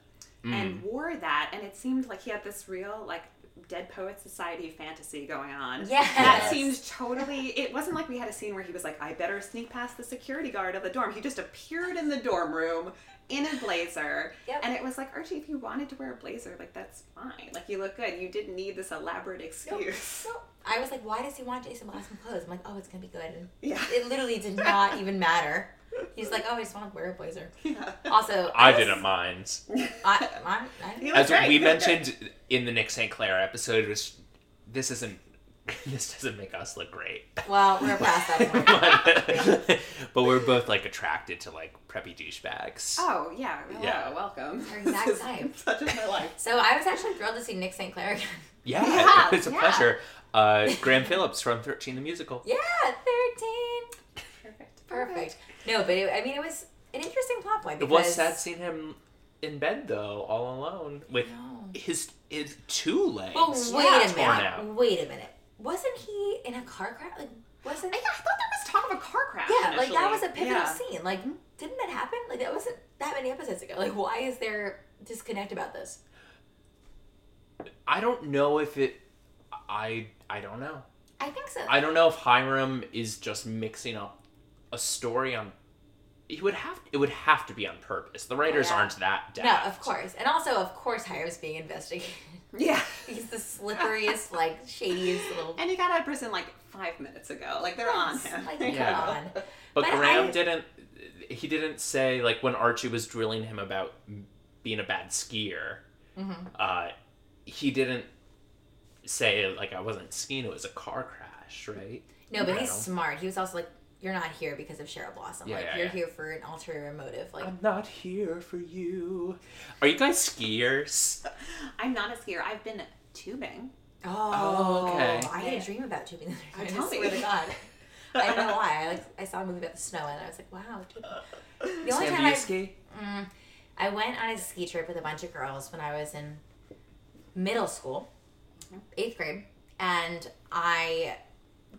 S3: and wore that, and it seemed like he had this real like Dead Poet Society fantasy going on.
S2: Yes.
S3: That seemed totally. It wasn't like we had a scene where he was like, "I better sneak past the security guard of the dorm." He just appeared in the dorm room in a blazer,
S2: Yep.
S3: and it was like, Archie, if you wanted to wear a blazer, like that's fine. Like you look good. You didn't need this elaborate excuse.
S2: So I was like, why does he want Jason Blossom clothes? I'm like, oh, it's gonna be good. And
S3: Yeah.
S2: it literally did not even matter. He's like, oh, I just want to wear a blazer. Also,
S1: I
S2: was-
S1: didn't mind.
S2: I, I, I,
S3: You
S1: As
S3: look great.
S1: we
S3: You look
S1: mentioned in the Nick St. Clair episode, was this isn't this doesn't make us look great.
S2: well, we're past that point.
S1: but we're both like attracted to like preppy douchebags.
S3: Oh yeah, hello,
S1: Yeah.
S3: welcome.
S2: Our exact
S3: This is
S2: type.
S3: Such is my life.
S2: So I was actually thrilled to see Nick St. Clair again.
S1: yeah,
S3: yeah,
S1: it's a
S3: yeah.
S1: pleasure. Uh, Graham Phillips from Thirteen the Musical.
S2: Yeah, 13.
S3: Perfect.
S2: Perfect. No, but it, I mean, it was an interesting plot point.
S1: It
S2: Because,
S1: was sad seeing him in bed though, all alone with
S2: No.
S1: his his two legs.
S2: Well, Oh, wait a
S1: torn
S2: minute.
S1: out.
S2: Wait a minute. Wasn't he in a car crash? Like, wasn't?
S3: Yeah, I thought there was talk of a car crash.
S2: yeah, like that
S3: initially.
S2: was a pivotal
S3: Yeah.
S2: scene. Like, didn't that happen? Like, that wasn't that many episodes ago. Like, why is there disconnect about this?
S1: I don't know if it. I I don't know.
S2: I think so.
S1: I don't know if Hiram is just mixing up a story on. He would have it would have to be on purpose. The writers
S2: Yeah.
S1: aren't that
S2: no,
S1: daft.
S2: of course, and also, of course, Hiram's being investigated.
S3: Yeah.
S2: He's the slipperiest, like shadiest little.
S3: And he got out of prison like five minutes ago. Like they're on him.
S2: Like,
S1: Yeah.
S2: come on.
S1: But,
S2: But
S1: Graham
S2: I-
S1: didn't. He didn't say like when Archie was drilling him about being a bad skier.
S2: Mm-hmm.
S1: Uh, he didn't say like I wasn't skiing. It was a car crash, right?
S2: No, but
S1: I
S2: he's
S1: don't-
S2: smart. He was also like, "You're not here because of Cheryl Blossom.
S1: Yeah,
S2: like,
S1: yeah,
S2: you're
S1: yeah.
S2: here for an ulterior motive. Like,
S1: I'm not here for you. Are you guys skiers?
S3: I'm not a skier. I've been tubing.
S2: Oh,
S1: okay.
S2: I had
S3: Yeah.
S2: a dream about tubing the other
S3: Oh,
S2: night.
S3: tell
S2: I
S3: me.
S2: swear to God. I don't know why. I like I saw a movie about the snow and I was like, wow. tubing. The only
S1: Sam, do
S2: time
S1: you
S2: I,
S1: ski?
S2: I went on a ski trip with a bunch of girls when I was in middle school, eighth grade, and I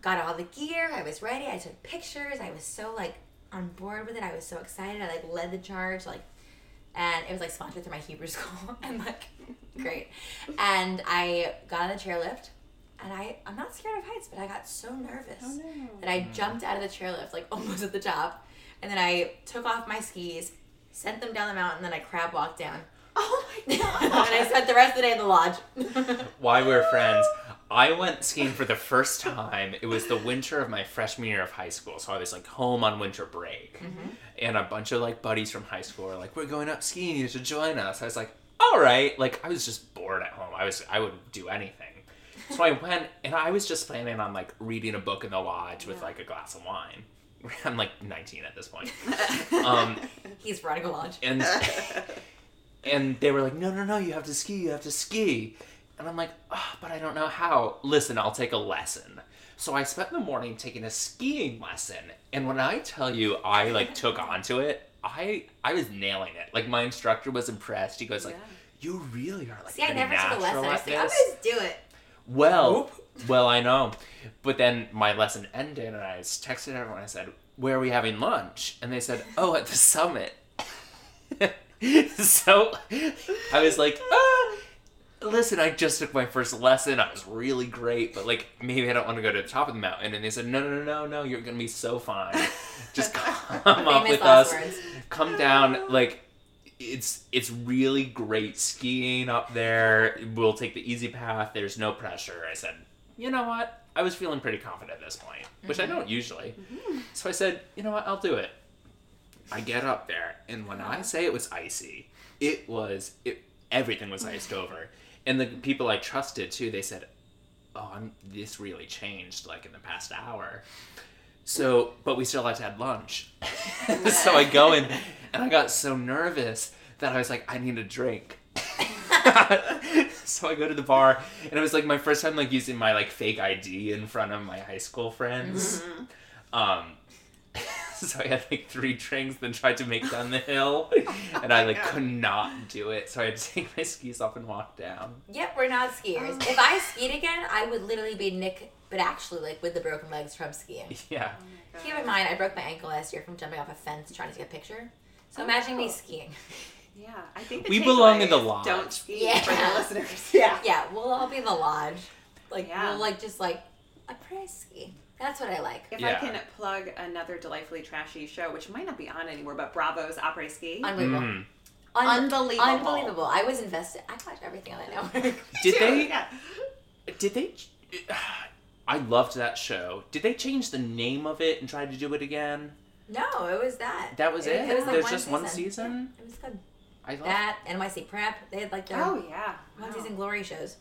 S2: got all the gear. I was ready. I took pictures. I was so like on board with it. I was so excited. I like led the charge. Like, and it was like sponsored through my Hebrew school. and like, great. And I got on the chairlift, and I I'm not scared of heights, but I got so nervous that I jumped out of the chairlift like almost at the top, and then I took off my skis, sent them down the mountain, then I crab walked down.
S3: Oh my
S2: and I spent the rest of the day in the lodge.
S1: why we're friends. I went skiing for the first time. It was the winter of my freshman year of high school, so I was like home on winter break, and a bunch of like buddies from high school were like, "We're going up skiing. You should join us." I was like, "All right." Like I was just bored at home. I was I would do anything. So I went, and I was just planning on like reading a book in the lodge with like a glass of wine. I'm like 19 at this point. Um,
S2: He's running a lodge.
S1: and and they were like, no, no, no, you have to ski, you have to ski, and I'm like, oh, but I don't know how. Listen, I'll take a lesson. So I spent the morning taking a skiing lesson, and when I tell you, I like took onto it. I I was nailing it. Like my instructor was impressed. He goes like,
S3: Yeah.
S1: you really are like
S2: See, I
S1: pretty
S2: never took a
S1: natural
S2: lesson. I was
S1: at
S2: like, I'm gonna
S1: this."
S2: just do it.
S1: Well, well, I know. But then my lesson ended, and I s- texted everyone. I said, "Where are we having lunch?" And they said, "Oh, at the summit." so I was like, ah, "Listen, I just took my first lesson. I was really great, but like maybe I don't want to go to the top of the mountain." And they said, "No, no, no, no, no. You're gonna be so fine. Just come up
S2: Famous
S1: with
S2: last
S1: us.
S2: words.
S1: Come down. Like it's it's really great skiing up there. We'll take the easy path. There's no pressure. I said, you know what? I was feeling pretty confident at this point, which
S2: Mm-hmm.
S1: I don't usually. So I said, you know what? I'll do it. I get up there, and when I say it was icy, it was it. Everything was iced over, and the people I trusted too. They said, "Oh, I'm, this really changed like in the past hour." So, but we still had to have lunch. so I go in, and I got so nervous that I was like, I need a drink. so I go to the bar, and it was like my first time like using my like fake ID in front of my high school friends.
S3: Mm-hmm.
S1: Um, so I had like three drinks, then tried to make down the hill,
S2: Oh
S1: and I like
S3: God.
S1: could not do it. So I had to take my skis off and walk down.
S2: Yep, we're not skiers.
S3: Oh.
S2: If I skied again, I would literally be Nick, but actually, like, with the broken legs from skiing.
S1: Yeah,
S2: Keep in mind, I broke my ankle last year from jumping off a fence trying to take a picture. So
S3: Oh,
S2: imagine me
S3: wow.
S2: skiing.
S3: Yeah, I think the
S1: We belong in the
S3: takeaway is
S1: lodge.
S3: Don't ski
S2: Yeah.
S3: for the listeners. Yeah.
S2: Yeah, we'll all be in the lodge. Like,
S3: Yeah.
S2: we'll, like, just, like, a press ski. That's what I like.
S3: If I
S1: Yeah.
S3: can plug another delightfully trashy show, which might not be on anymore, but Bravo's Opera Ski.
S2: Unbelievable.
S1: Mm.
S2: Un-
S3: Unbelievable.
S2: Unbelievable. I was invested. I watch everything on that network.
S1: Did
S3: Dude,
S1: they?
S3: Yeah.
S1: Did they? I loved that show. Did they change the name of it and try to do it again?
S2: no, it was that.
S1: That was it.
S2: It was like
S1: There's
S2: one
S1: just one
S2: season.
S1: season. Oh.
S2: It was good.
S1: I love
S2: That, NYC Prep, they had, like, their
S3: Oh yeah.
S2: onesies
S3: Wow.
S2: and glory shows.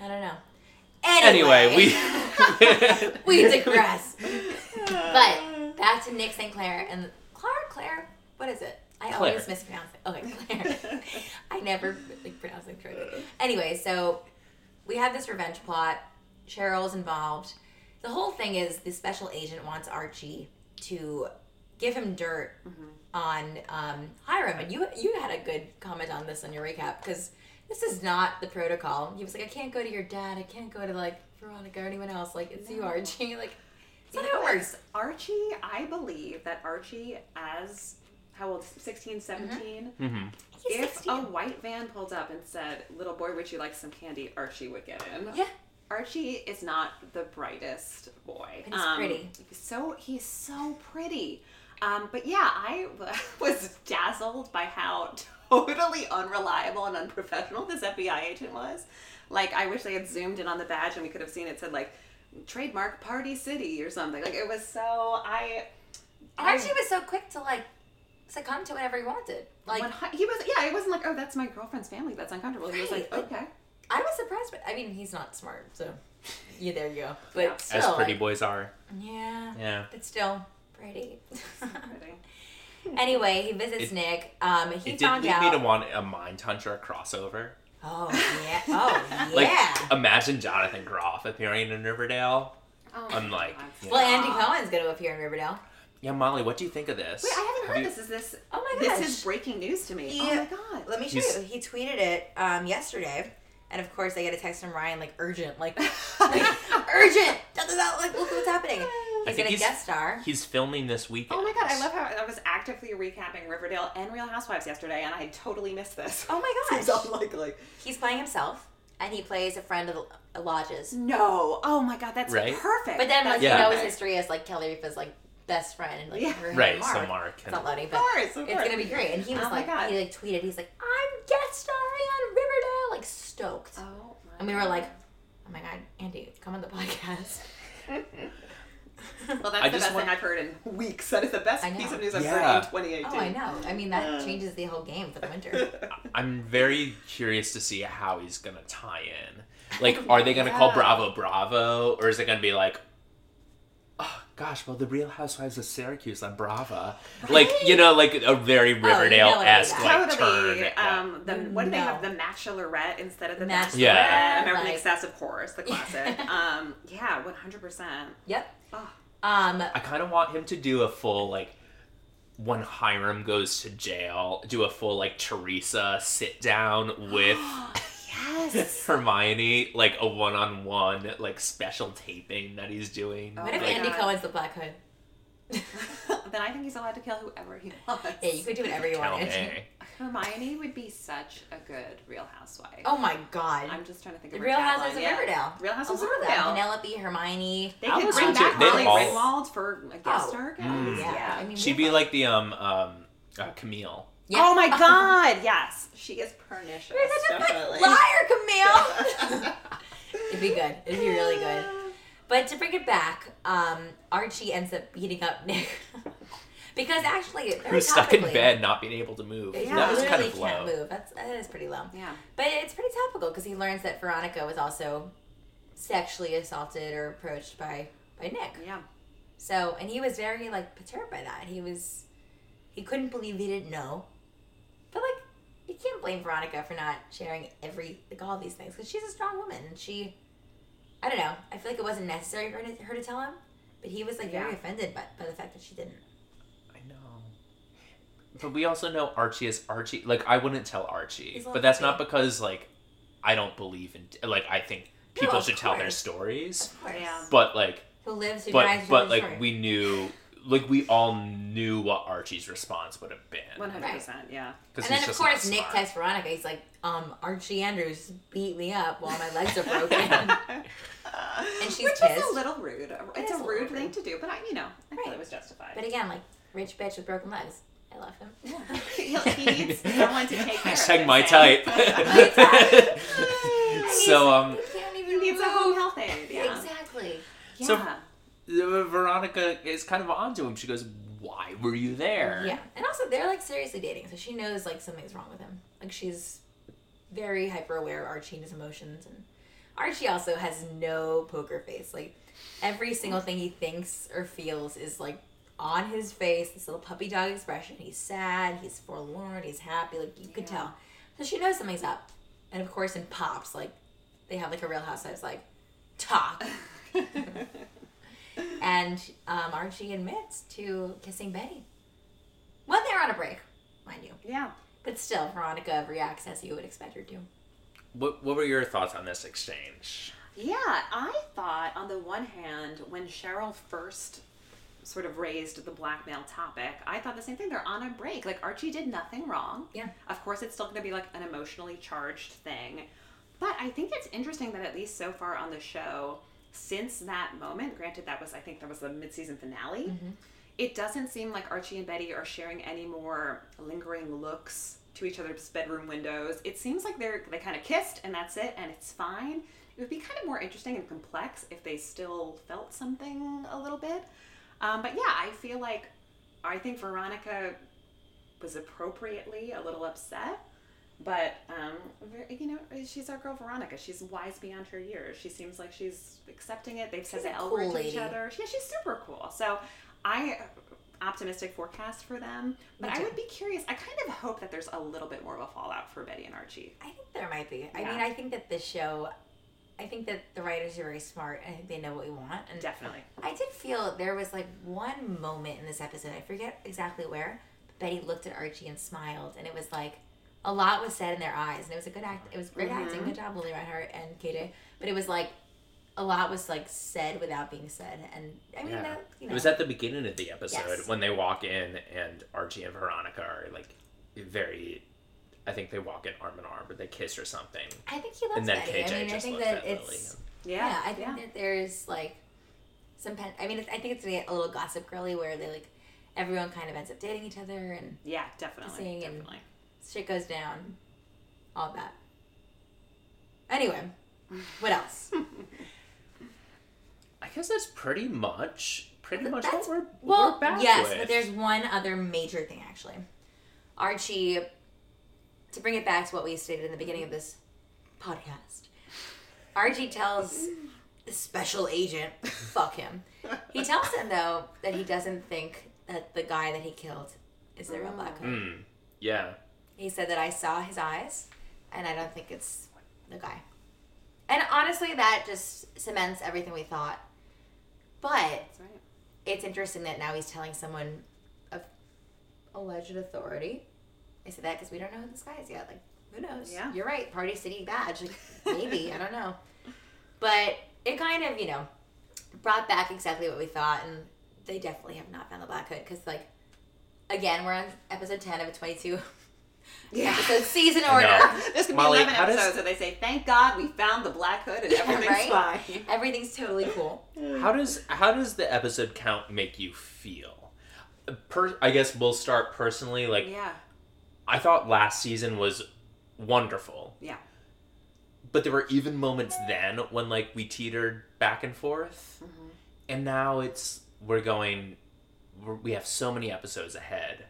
S2: I don't know.
S1: Anyway, we
S2: we digress. But back to Nick St. Clair and Claire, Claire, what is it? I always
S1: Claire.
S2: mispronounce it. Okay, Claire. I never like, pronounce it correctly. Anyway, so we have this revenge plot. Cheryl's involved. The whole thing is the special agent wants Archie to give him dirt
S3: Mm-hmm.
S2: on um, Hiram, and you you had a good comment on this on your recap because this is not the protocol. He was like, I can't go to your dad. I can't go to like Veronica or anyone else. Like it's you,
S3: No.
S2: Archie. Like it's not
S3: You
S2: how
S3: know
S2: it
S3: what?
S2: works.
S3: Archie, I believe that Archie, as how old? 16, 17?
S1: Mhm.
S2: He's
S3: If
S2: 16.
S3: a white van pulled up and said, Little boy, would you like some candy? Archie would get in.
S2: Yeah.
S3: Archie is not the brightest boy. Um,
S2: But he's pretty.
S3: So he's so pretty. Um, but yeah, I w- was dazzled by how totally unreliable and unprofessional this FBI agent was. Like, I wish they had zoomed in on the badge and we could have seen it said like trademark Party City or something. Like it was so I.
S2: And Archie was so quick to like succumb to whatever he wanted. Like
S3: When hi- he was, yeah, it wasn't like, oh, that's my girlfriend's family. That's uncomfortable. He was like,
S2: Right.
S3: okay.
S2: I was surprised, but I mean he's not smart, so yeah, there you go. But
S3: Yeah. As
S2: still,
S1: as pretty
S2: like,
S1: boys are.
S2: yeah,
S1: Yeah.
S2: but still pretty.
S3: Pretty.
S2: anyway, he visits
S1: It-
S2: Nick. Um, he
S1: it did
S2: found
S1: lead
S2: out.
S1: me to want a mind hunter crossover.
S2: Oh yeah! Oh yeah!
S1: Like imagine Jonathan Groff appearing in Riverdale.
S3: Oh,
S1: I'm like,
S3: God.
S2: well, Andy Cohen's going to appear in Riverdale.
S1: Yeah, Molly, what do you think of this?
S3: Wait, I haven't
S1: Have
S3: heard
S1: you-
S3: this. Is this?
S2: Oh my
S3: This
S2: gosh.
S3: is breaking news to me.
S2: He-
S3: Oh my god.
S2: Let me show
S1: He's-
S2: you. He tweeted it um, yesterday, and of course, I get a text from Ryan like urgent, like, like urgent. Da, da, da, like, look what's happening.
S1: I
S2: He's
S1: think
S2: gonna
S1: he's-
S2: guest star.
S1: He's filming this weekend.
S3: Oh my god, I love how I was actively recapping Riverdale and Real Housewives yesterday, and I had totally missed this.
S2: Oh my
S3: Seems
S2: gosh!
S3: unlikely.
S2: He's playing himself, and he plays a friend of the Lodge's.
S3: No. Oh my god, that's
S1: Right?
S3: perfect.
S2: But then, like,
S3: that's
S1: Yeah.
S2: you know, his
S3: perfect.
S2: history is like Kelly Ripa's like best friend, and like
S3: Yeah.
S2: her and
S1: Right,
S2: Mark.
S1: so Mark.
S2: It's
S1: And,
S2: not loading, but
S3: Of course, of
S2: it's
S3: course.
S2: gonna be great. And he was
S3: Oh my
S2: like,
S3: God.
S2: he like tweeted, he's like, I'm guest starring on Riverdale, like stoked.
S3: Oh. My
S2: And we were like, oh my god, Andy, come on the podcast.
S3: Well, that's
S1: I
S3: the
S1: just
S3: best
S1: want-
S3: thing I've heard in weeks. That is the best
S2: I know.
S3: piece of news I've
S1: Yeah.
S3: heard in 2018.
S2: Oh, I know. I mean,
S3: Uh.
S2: that changes the whole game for the winter.
S1: I'm very curious to see how he's gonna tie in. Like, are they gonna call
S3: Yeah.
S1: Bravo Bravo, or is it gonna be like, oh gosh, well, the Real Housewives of Syracuse on Brava, like you know, like a very
S3: Oh,
S2: what I mean,
S1: Riverdale esque
S2: yeah.
S1: like
S3: totally.
S1: turn. Yeah.
S3: Um, the, what do they
S2: No.
S3: have? The Bachelorette instead of the
S2: Bachelorette,
S3: Bachelorette.
S1: Yeah.
S3: American
S2: like-
S3: Excess, of course, the classic. um, yeah, one hundred percent.
S2: yep.
S3: Oh.
S2: Um,
S1: I kind of want him to do a full like when Hiram goes to jail, do a full like Teresa sit down with
S3: Yes.
S2: Yes.
S1: Hermione, like a one on one, like special taping that he's doing.
S3: Oh
S2: What if
S3: my
S1: like,
S2: Andy
S3: God.
S2: Cohen's the Black Hood?
S3: then I think he's allowed to kill whoever he wants.
S2: Yeah, you could do whatever you
S1: Cal
S2: wanted.
S1: May.
S3: Hermione would be such a good Real Housewife.
S2: Oh my god.
S3: I'm just trying to think
S2: the
S3: of
S2: Real
S3: her
S2: Housewives of
S3: tagline. Yeah.
S2: Riverdale.
S3: Real Housewives
S2: a
S3: of
S2: lot of them.
S3: Riverdale.
S2: Penelope, Hermione.
S3: They
S1: I
S3: could
S1: was
S3: bring
S1: into it.
S3: back
S1: They
S3: Molly
S1: all-
S3: Ringwald for a guest
S2: Oh.
S3: star.
S1: Mm.
S2: Yeah. I mean,
S1: She'd be like the um um uh, Camille.
S2: Yeah.
S3: Oh my God! Yes, she is pernicious.
S2: You're such a
S3: definitely.
S2: fucking liar, Camille. It'd be good. It'd be really good. But to bring it back, um, Archie ends up beating up Nick because actually, very
S1: Who's stuck in
S2: topically-
S1: bed, not being able to move.
S2: Yeah,
S1: that was kind
S2: literally
S1: of low.
S2: Can't move. That's that is pretty low.
S3: Yeah.
S2: But it's pretty topical because he learns that Veronica was also sexually assaulted or approached by by Nick.
S3: Yeah.
S2: So, and he was very like perturbed by that. He was, he couldn't believe he didn't know. But like, you can't blame Veronica for not sharing every like all these things because she's a strong woman and she, I don't know. I feel like it wasn't necessary for her to, her to tell him, but he was like very
S3: Yeah.
S2: offended by, by the fact that she didn't.
S1: I know. But we also know Archie is Archie. Like I wouldn't tell Archie,
S2: He's
S1: but that's not
S2: lovely.
S1: because like I don't believe in like I think
S2: No,
S1: people
S2: of
S1: should tell their
S2: course.
S1: stories.
S2: Of course.
S3: Yeah.
S1: But like
S2: Who lives? Who
S1: but
S2: dies? who
S1: but
S2: is
S1: like
S2: hurt.
S1: we knew like we all knew what Archie's response would have been.
S3: One hundred percent. Yeah.
S1: Because
S2: And then of
S1: he's just not
S2: course Nick
S1: smart.
S2: texts Veronica. He's like, um, Archie Andrews beat me up while my legs are broken. and
S3: and
S2: she's
S3: Which is
S2: pissed.
S3: a little rude.
S2: is
S3: It's
S2: a
S3: a
S2: little
S3: rude
S2: rude.
S3: thing to do, but I, you know, I feel
S2: Right.
S3: it was justified.
S2: But again, like rich bitch with broken legs. I love him.
S3: He'll- he needs someone to take care of
S1: Hashtag
S3: him,
S1: my
S3: eh?
S1: type.
S2: type.
S1: so um,
S2: He can't even
S3: He needs a
S2: move.
S3: home health aid. Yeah.
S2: Exactly.
S1: So-
S3: Yeah.
S1: Veronica is kind of onto him. She goes, "Why were you there?"
S2: Yeah, and also they're like seriously dating, so she knows like something's wrong with him. Like she's very hyper aware of Archie and his emotions, and Archie also has no poker face. Like every single thing he thinks or feels is like on his face. This little puppy dog expression. He's sad. He's forlorn. He's happy. Like you could
S3: Yeah.
S2: tell. So she knows something's up, and of course in Pops, like they have like a Real Housewives like talk. And um, Archie admits to kissing Betty. When they're on a break, mind you.
S3: yeah.
S2: But still, Veronica reacts as you would expect her to.
S1: What What were your thoughts on this exchange?
S3: Yeah, I thought on the one hand, when Cheryl first sort of raised the blackmail topic, I thought the same thing. They're on a break. Like Archie did nothing wrong.
S2: Yeah.
S3: Of course, it's still going to be like an emotionally charged thing. But I think it's interesting that at least so far on the show, since that moment, granted that was I think that was the mid-season finale, it doesn't seem like Archie and Betty are sharing any more lingering looks to each other's bedroom windows. It seems like they're they kind of kissed and that's it and it's fine. It would be kind of more interesting and complex if they still felt something a little bit. Um, but yeah, I feel like I think Veronica was appropriately a little upset, but um, ver- you know, she's our girl Veronica. She's wise beyond her years. She seems like she's accepting it. They've said
S2: She's a
S3: the
S2: cool
S3: L word to each
S2: lady.
S3: other. Yeah, she's super cool. So I optimistic forecast for them, but
S2: Me
S3: I
S2: too.
S3: would be curious. I kind of hope that there's a little bit more of a fallout for Betty and Archie.
S2: I think there might be. I
S3: Yeah.
S2: mean, I think that this show, I think that the writers are very smart. and I think they know what we want. And
S3: Definitely.
S2: I did feel there was like one moment in this episode, I forget exactly where, but Betty looked at Archie and smiled, and it was like a lot was said in their eyes, and it was a good act. It was great
S1: Mm-hmm.
S2: acting. Good job, Lily Reinhart and KJ. But it was like a lot was like said without being said, and I mean, that, you know,
S1: It was at the beginning of the episode
S2: Yes.
S1: when they walk in and Archie and Veronica are like very. I think they walk in arm in arm, or they kiss or something,
S2: I think he
S1: and
S2: loves
S1: then
S2: Betty.
S1: KJ
S2: I mean, I
S1: just
S2: think
S1: looks
S2: that
S1: at Lily.
S2: it's
S3: Yeah.
S2: yeah, I think that there's like some pen. I mean, it's, I think it's a little gossip girly where they like everyone kind of ends up dating each other and
S3: yeah, definitely.
S2: Kissing and-
S3: Definitely.
S2: shit goes down, all that. Anyway, what else?
S1: I guess that's pretty much pretty
S2: But
S1: much
S2: that's-
S1: what we're
S2: well,
S1: we're back
S2: yes,
S1: with.
S2: but there's one other major thing actually. Archie, to bring it back to what we stated in the beginning of this podcast, Archie tells the special agent, "Fuck him." He tells him though that he doesn't think that the guy that he killed is the real Black Hood.
S1: Mm, yeah.
S2: He said that I saw his eyes, and I don't think it's the guy. And honestly, that just cements everything we thought. But
S3: That's right.
S2: it's interesting that now he's telling someone of alleged authority. I say that because we don't know who this guy is yet. Like, Who knows?
S3: Yeah.
S2: You're right. Party City badge. Maybe. I don't know. But it kind of, you know, brought back exactly what we thought. And they definitely have not found the Black Hood because, like, again, we're on episode 10 of a 22 episode season
S1: I
S2: order.
S1: know.
S3: There's gonna
S1: Molly,
S3: be 11
S1: how does-
S3: episodes where they say, "Thank God we found the black hood and everything's
S2: right?
S3: fine."
S2: Everything's totally cool.
S1: How does how does the episode count make you feel? Per, I guess we'll start personally. Like
S3: Yeah,
S1: I thought last season was wonderful,
S3: yeah,
S1: but there were even moments then when like we teetered back and forth,
S2: Mm-hmm.
S1: and now it's we're going. We're, we have so many episodes ahead.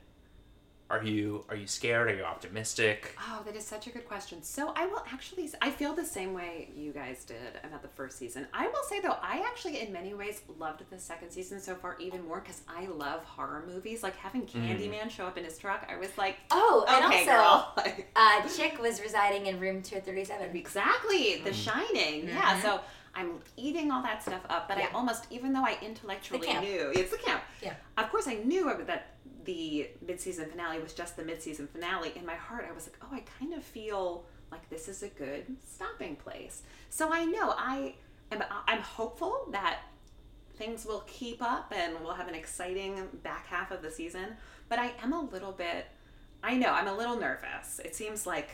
S1: Are you are you scared? Are you optimistic?
S3: Oh, that is such a good question. So I will actually, I feel the same way you guys did about the first season. I will say though, I actually, in many ways, loved the second season so far even more because I love horror movies. Like having Candyman show up in his truck, I was like,
S2: Oh, and
S3: okay,
S2: also,
S3: girl. Like,
S2: uh, Chick was residing in room 237.
S3: exactly, The Shining. Yeah, so I'm eating all that stuff up, but
S2: Mm-hmm. Yeah.
S3: I almost, even though I intellectually
S2: camp.
S3: knew, it's the camp.
S2: Yeah.
S3: Of course, I knew that the mid-season finale was just the mid-season finale. In my heart, I was like, "Oh, I kind of feel like this is a good stopping place." So I know I am. I'm hopeful that things will keep up and we'll have an exciting back half of the season. But I am a little bit. I know I'm a little nervous. It seems like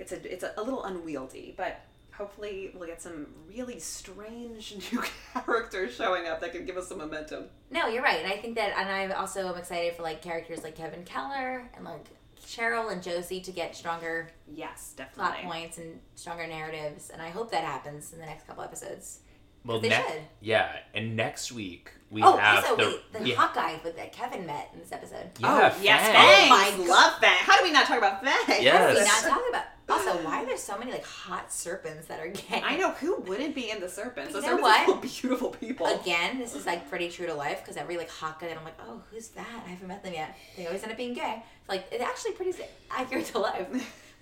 S3: it's a it's a, a little unwieldy, but. Hopefully, we'll get some really strange new characters showing up that can give us some momentum.
S2: No, you're right. And I think that, and I also am excited for like characters like Kevin Keller and like Cheryl and Josie to get stronger
S3: Yes, definitely.
S2: plot points and stronger narratives. And I hope that happens in the next couple episodes.
S1: Well,
S2: They
S1: next
S2: should.
S1: yeah, and next week we
S2: oh,
S1: have
S2: also,
S1: the,
S2: wait, the
S1: yeah,
S2: hot guy with that Kevin met in this episode.
S1: yeah,
S3: oh, yes,
S1: Fang.
S3: Fangs.
S2: Oh my
S3: Love Fangs. How do we not talk about Fangs?
S1: Yes.
S2: How did we not talk about? Also, why are there so many like hot serpents that are gay?
S3: I know who wouldn't be in the serpents.
S2: You
S3: Those
S2: know
S3: are
S2: what?
S3: little beautiful people.
S2: Again, this is like pretty true to life because every like hot guy that I'm like, oh, who's that? I haven't met them yet. They always end up being gay. It's like it's actually pretty accurate to life.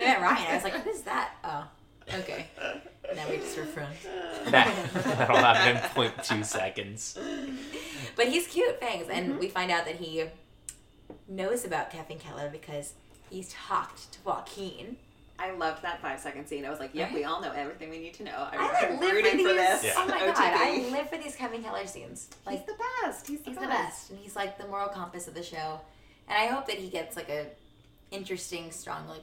S2: I met Ryan. I was like, who's that? Oh, okay. Now we just were friends.
S1: that that'll happen in point two seconds.
S2: But he's cute, Fangs. And we find out that he knows about Kevin Keller because he's talked to Joaquin.
S3: I loved that five second scene. I was like, yep, we all know everything we need to know. I,
S2: I like
S3: I'm
S2: live for
S3: rooting
S2: these.
S3: for this.
S1: Yeah.
S2: Oh my god,
S3: OTP.
S2: I live for these Kevin Keller scenes.
S3: He's
S2: Like
S3: the best. He's the
S2: he's the
S3: best.
S2: best, and he's like the moral compass of the show. And I hope that he gets like a interesting, strong like.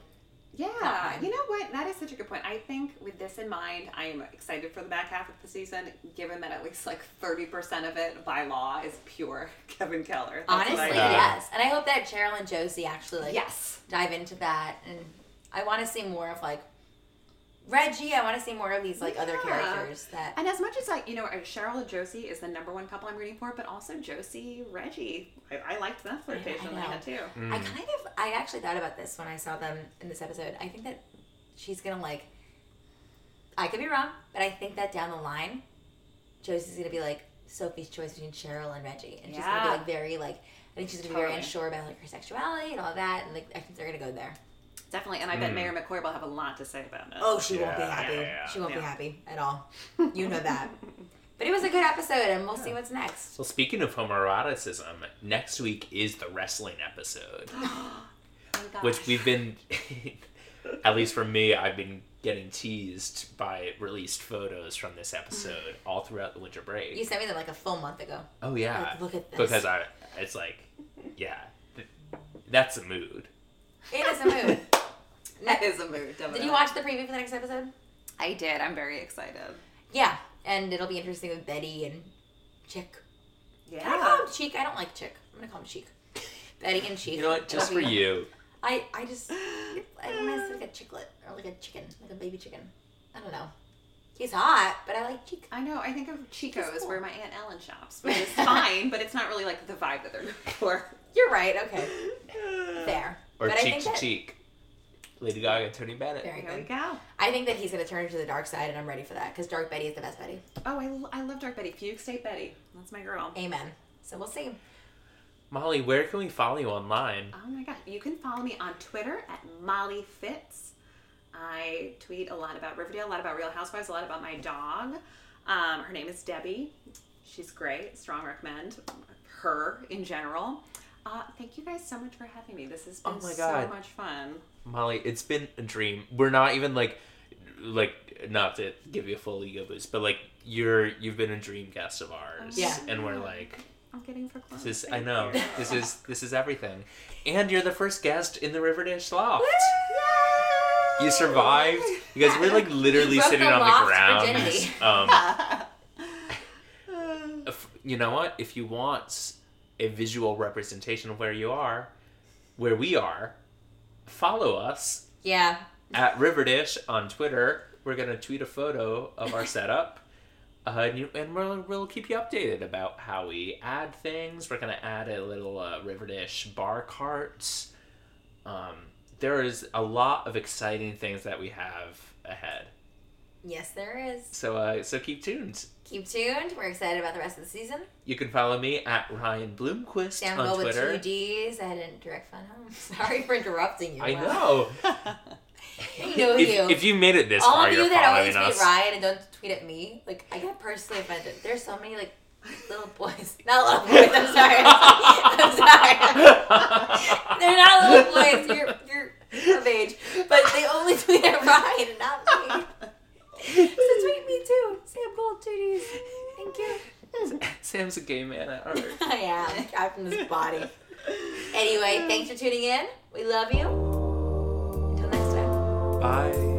S3: Yeah,
S2: Fine.
S3: you know what? That is such a good point. I think with this in mind, I am excited for the back half of the season, given that at least like 30% of it by law is pure Kevin Keller. That's
S2: Honestly,
S3: what I-
S1: Yeah.
S2: yes. And I hope that Cheryl and Josie actually like
S3: Yes.
S2: dive into that. And I want to see more of like Reggie. I want to see more of these like other
S3: Yeah.
S2: characters that
S3: And as much as I, you know, Cheryl and Josie is the number one couple I'm rooting for, but also Josie, Reggie. I, I liked that flirtation
S2: I
S3: they
S2: know.
S3: had too.
S2: I
S1: Mm.
S2: kind of I actually thought about this when I saw them in this episode. I think that she's gonna like I could be wrong, but I think that down the line, Josie's gonna be like Sophie's choice between Cheryl and Reggie. And she's gonna be
S3: Yeah.
S2: like very like I think she's gonna be very
S3: Totally.
S2: unsure about like her sexuality and all that and like I think they're gonna go there.
S3: Definitely, and I bet Mayor McCoy will have a lot to say about this.
S2: Oh, she won't be
S1: Yeah,
S2: happy.
S1: yeah, yeah,
S2: she won't be
S3: yeah.
S2: happy at all. You know that. but it was a good episode and we'll see what's next.
S1: Well, speaking of homoeroticism, next week is the wrestling episode,
S3: Oh,
S1: which we've been, at least for me, I've been getting teased by released photos from this episode all throughout the winter break.
S2: You sent me them like a full month ago.
S1: oh yeah,
S2: Like, look at this.
S1: because I, it's like, yeah, th- that's the mood.
S2: It is a mood.
S3: that is a mood.
S2: Did you watch the preview for the next episode?
S3: I did. I'm very excited.
S2: Yeah, and it'll be interesting with Betty and Chick. Can I
S3: Yeah.
S2: call him Cheek? I don't like Chick. I'm gonna call him Cheek. Betty and Cheek.
S1: You know what? Just for you,
S2: I I just I don't know. It's like a chicklet or like a chicken, like a baby chicken. I don't know. He's hot, but I like Cheek.
S3: I know. I think of Chico's,
S2: cool.
S3: where my aunt Ellen shops, which is fine, but it's not really like the vibe that they're going for.
S2: You're right. Okay, fair.
S1: or
S2: but I
S1: cheek
S2: think
S1: to
S2: that,
S1: cheek. Lady Gaga, Tony Bennett.
S2: Very
S3: There we
S2: good.
S3: go.
S2: I think that he's gonna turn to the dark side, and I'm ready for that because Dark Betty is the best Betty.
S3: Oh, I, l- I love Dark Betty. Fugue State Betty. That's my girl.
S2: Amen. So we'll see.
S1: Molly, where can we follow you online?
S3: Oh my god! You can follow me on Twitter at Molly Fitz. I tweet a lot about Riverdale, a lot about Real Housewives, a lot about my dog. Um, her name is Debbie. She's great. Strong recommend her in general. Uh, thank you guys so much for having me. This has
S1: Oh
S3: been
S1: my
S3: so
S1: God.
S3: much fun.
S1: Molly, it's been a dream. We're not even like, like not to give you a full ego boost, but like you're you've been a dream guest of ours,
S2: Yeah.
S1: and we're like,
S3: I'm getting for close.
S1: this is I
S3: Thank
S1: know
S3: you.
S1: this is this is everything, and you're the first guest in the Riverdale Loft. You survived. You guys were like literally
S2: You broke
S1: sitting
S2: the
S1: on the
S2: loft
S1: ground.
S2: virginity.
S1: Um, if- you know what? If you want s- a visual representation of where you are, where we are, follow us
S2: Yeah.
S1: at Riverdish on Twitter. We're gonna tweet a photo of our setup, uh, and, you, and we'll we'll keep you updated about how we add things. We're gonna add a little uh, Riverdish bar carts. Um, there is a lot of exciting things that we have ahead.
S2: Yes, there is.
S1: So uh, so keep tuned.
S2: Keep tuned. We're excited about the rest of the season.
S1: You can follow me at Ryan Bloomquist
S2: Sam
S1: on
S2: Gold with
S1: Twitter.
S2: two D's. I didn't direct fun home. Sorry for interrupting you.
S1: I
S2: Wow.
S1: know.
S2: We know
S1: if,
S2: you.
S1: if you made it this
S2: All
S1: far,
S2: of
S1: you're
S2: you that
S1: following
S2: always tweet
S1: us.
S2: Ryan and don't tweet at me, like I get personally offended. There's so many like little boys, not little boys. I'm sorry. I'm sorry. They're not little boys. You're you're of age, but they only tweet at Ryan and not me. So tweet me too. Sam Gold Duties. Thank you.
S1: Sam's a gay man at heart.
S2: I am trapped in this body. Anyway, thanks for tuning in. We love you. Until next time.
S1: Bye.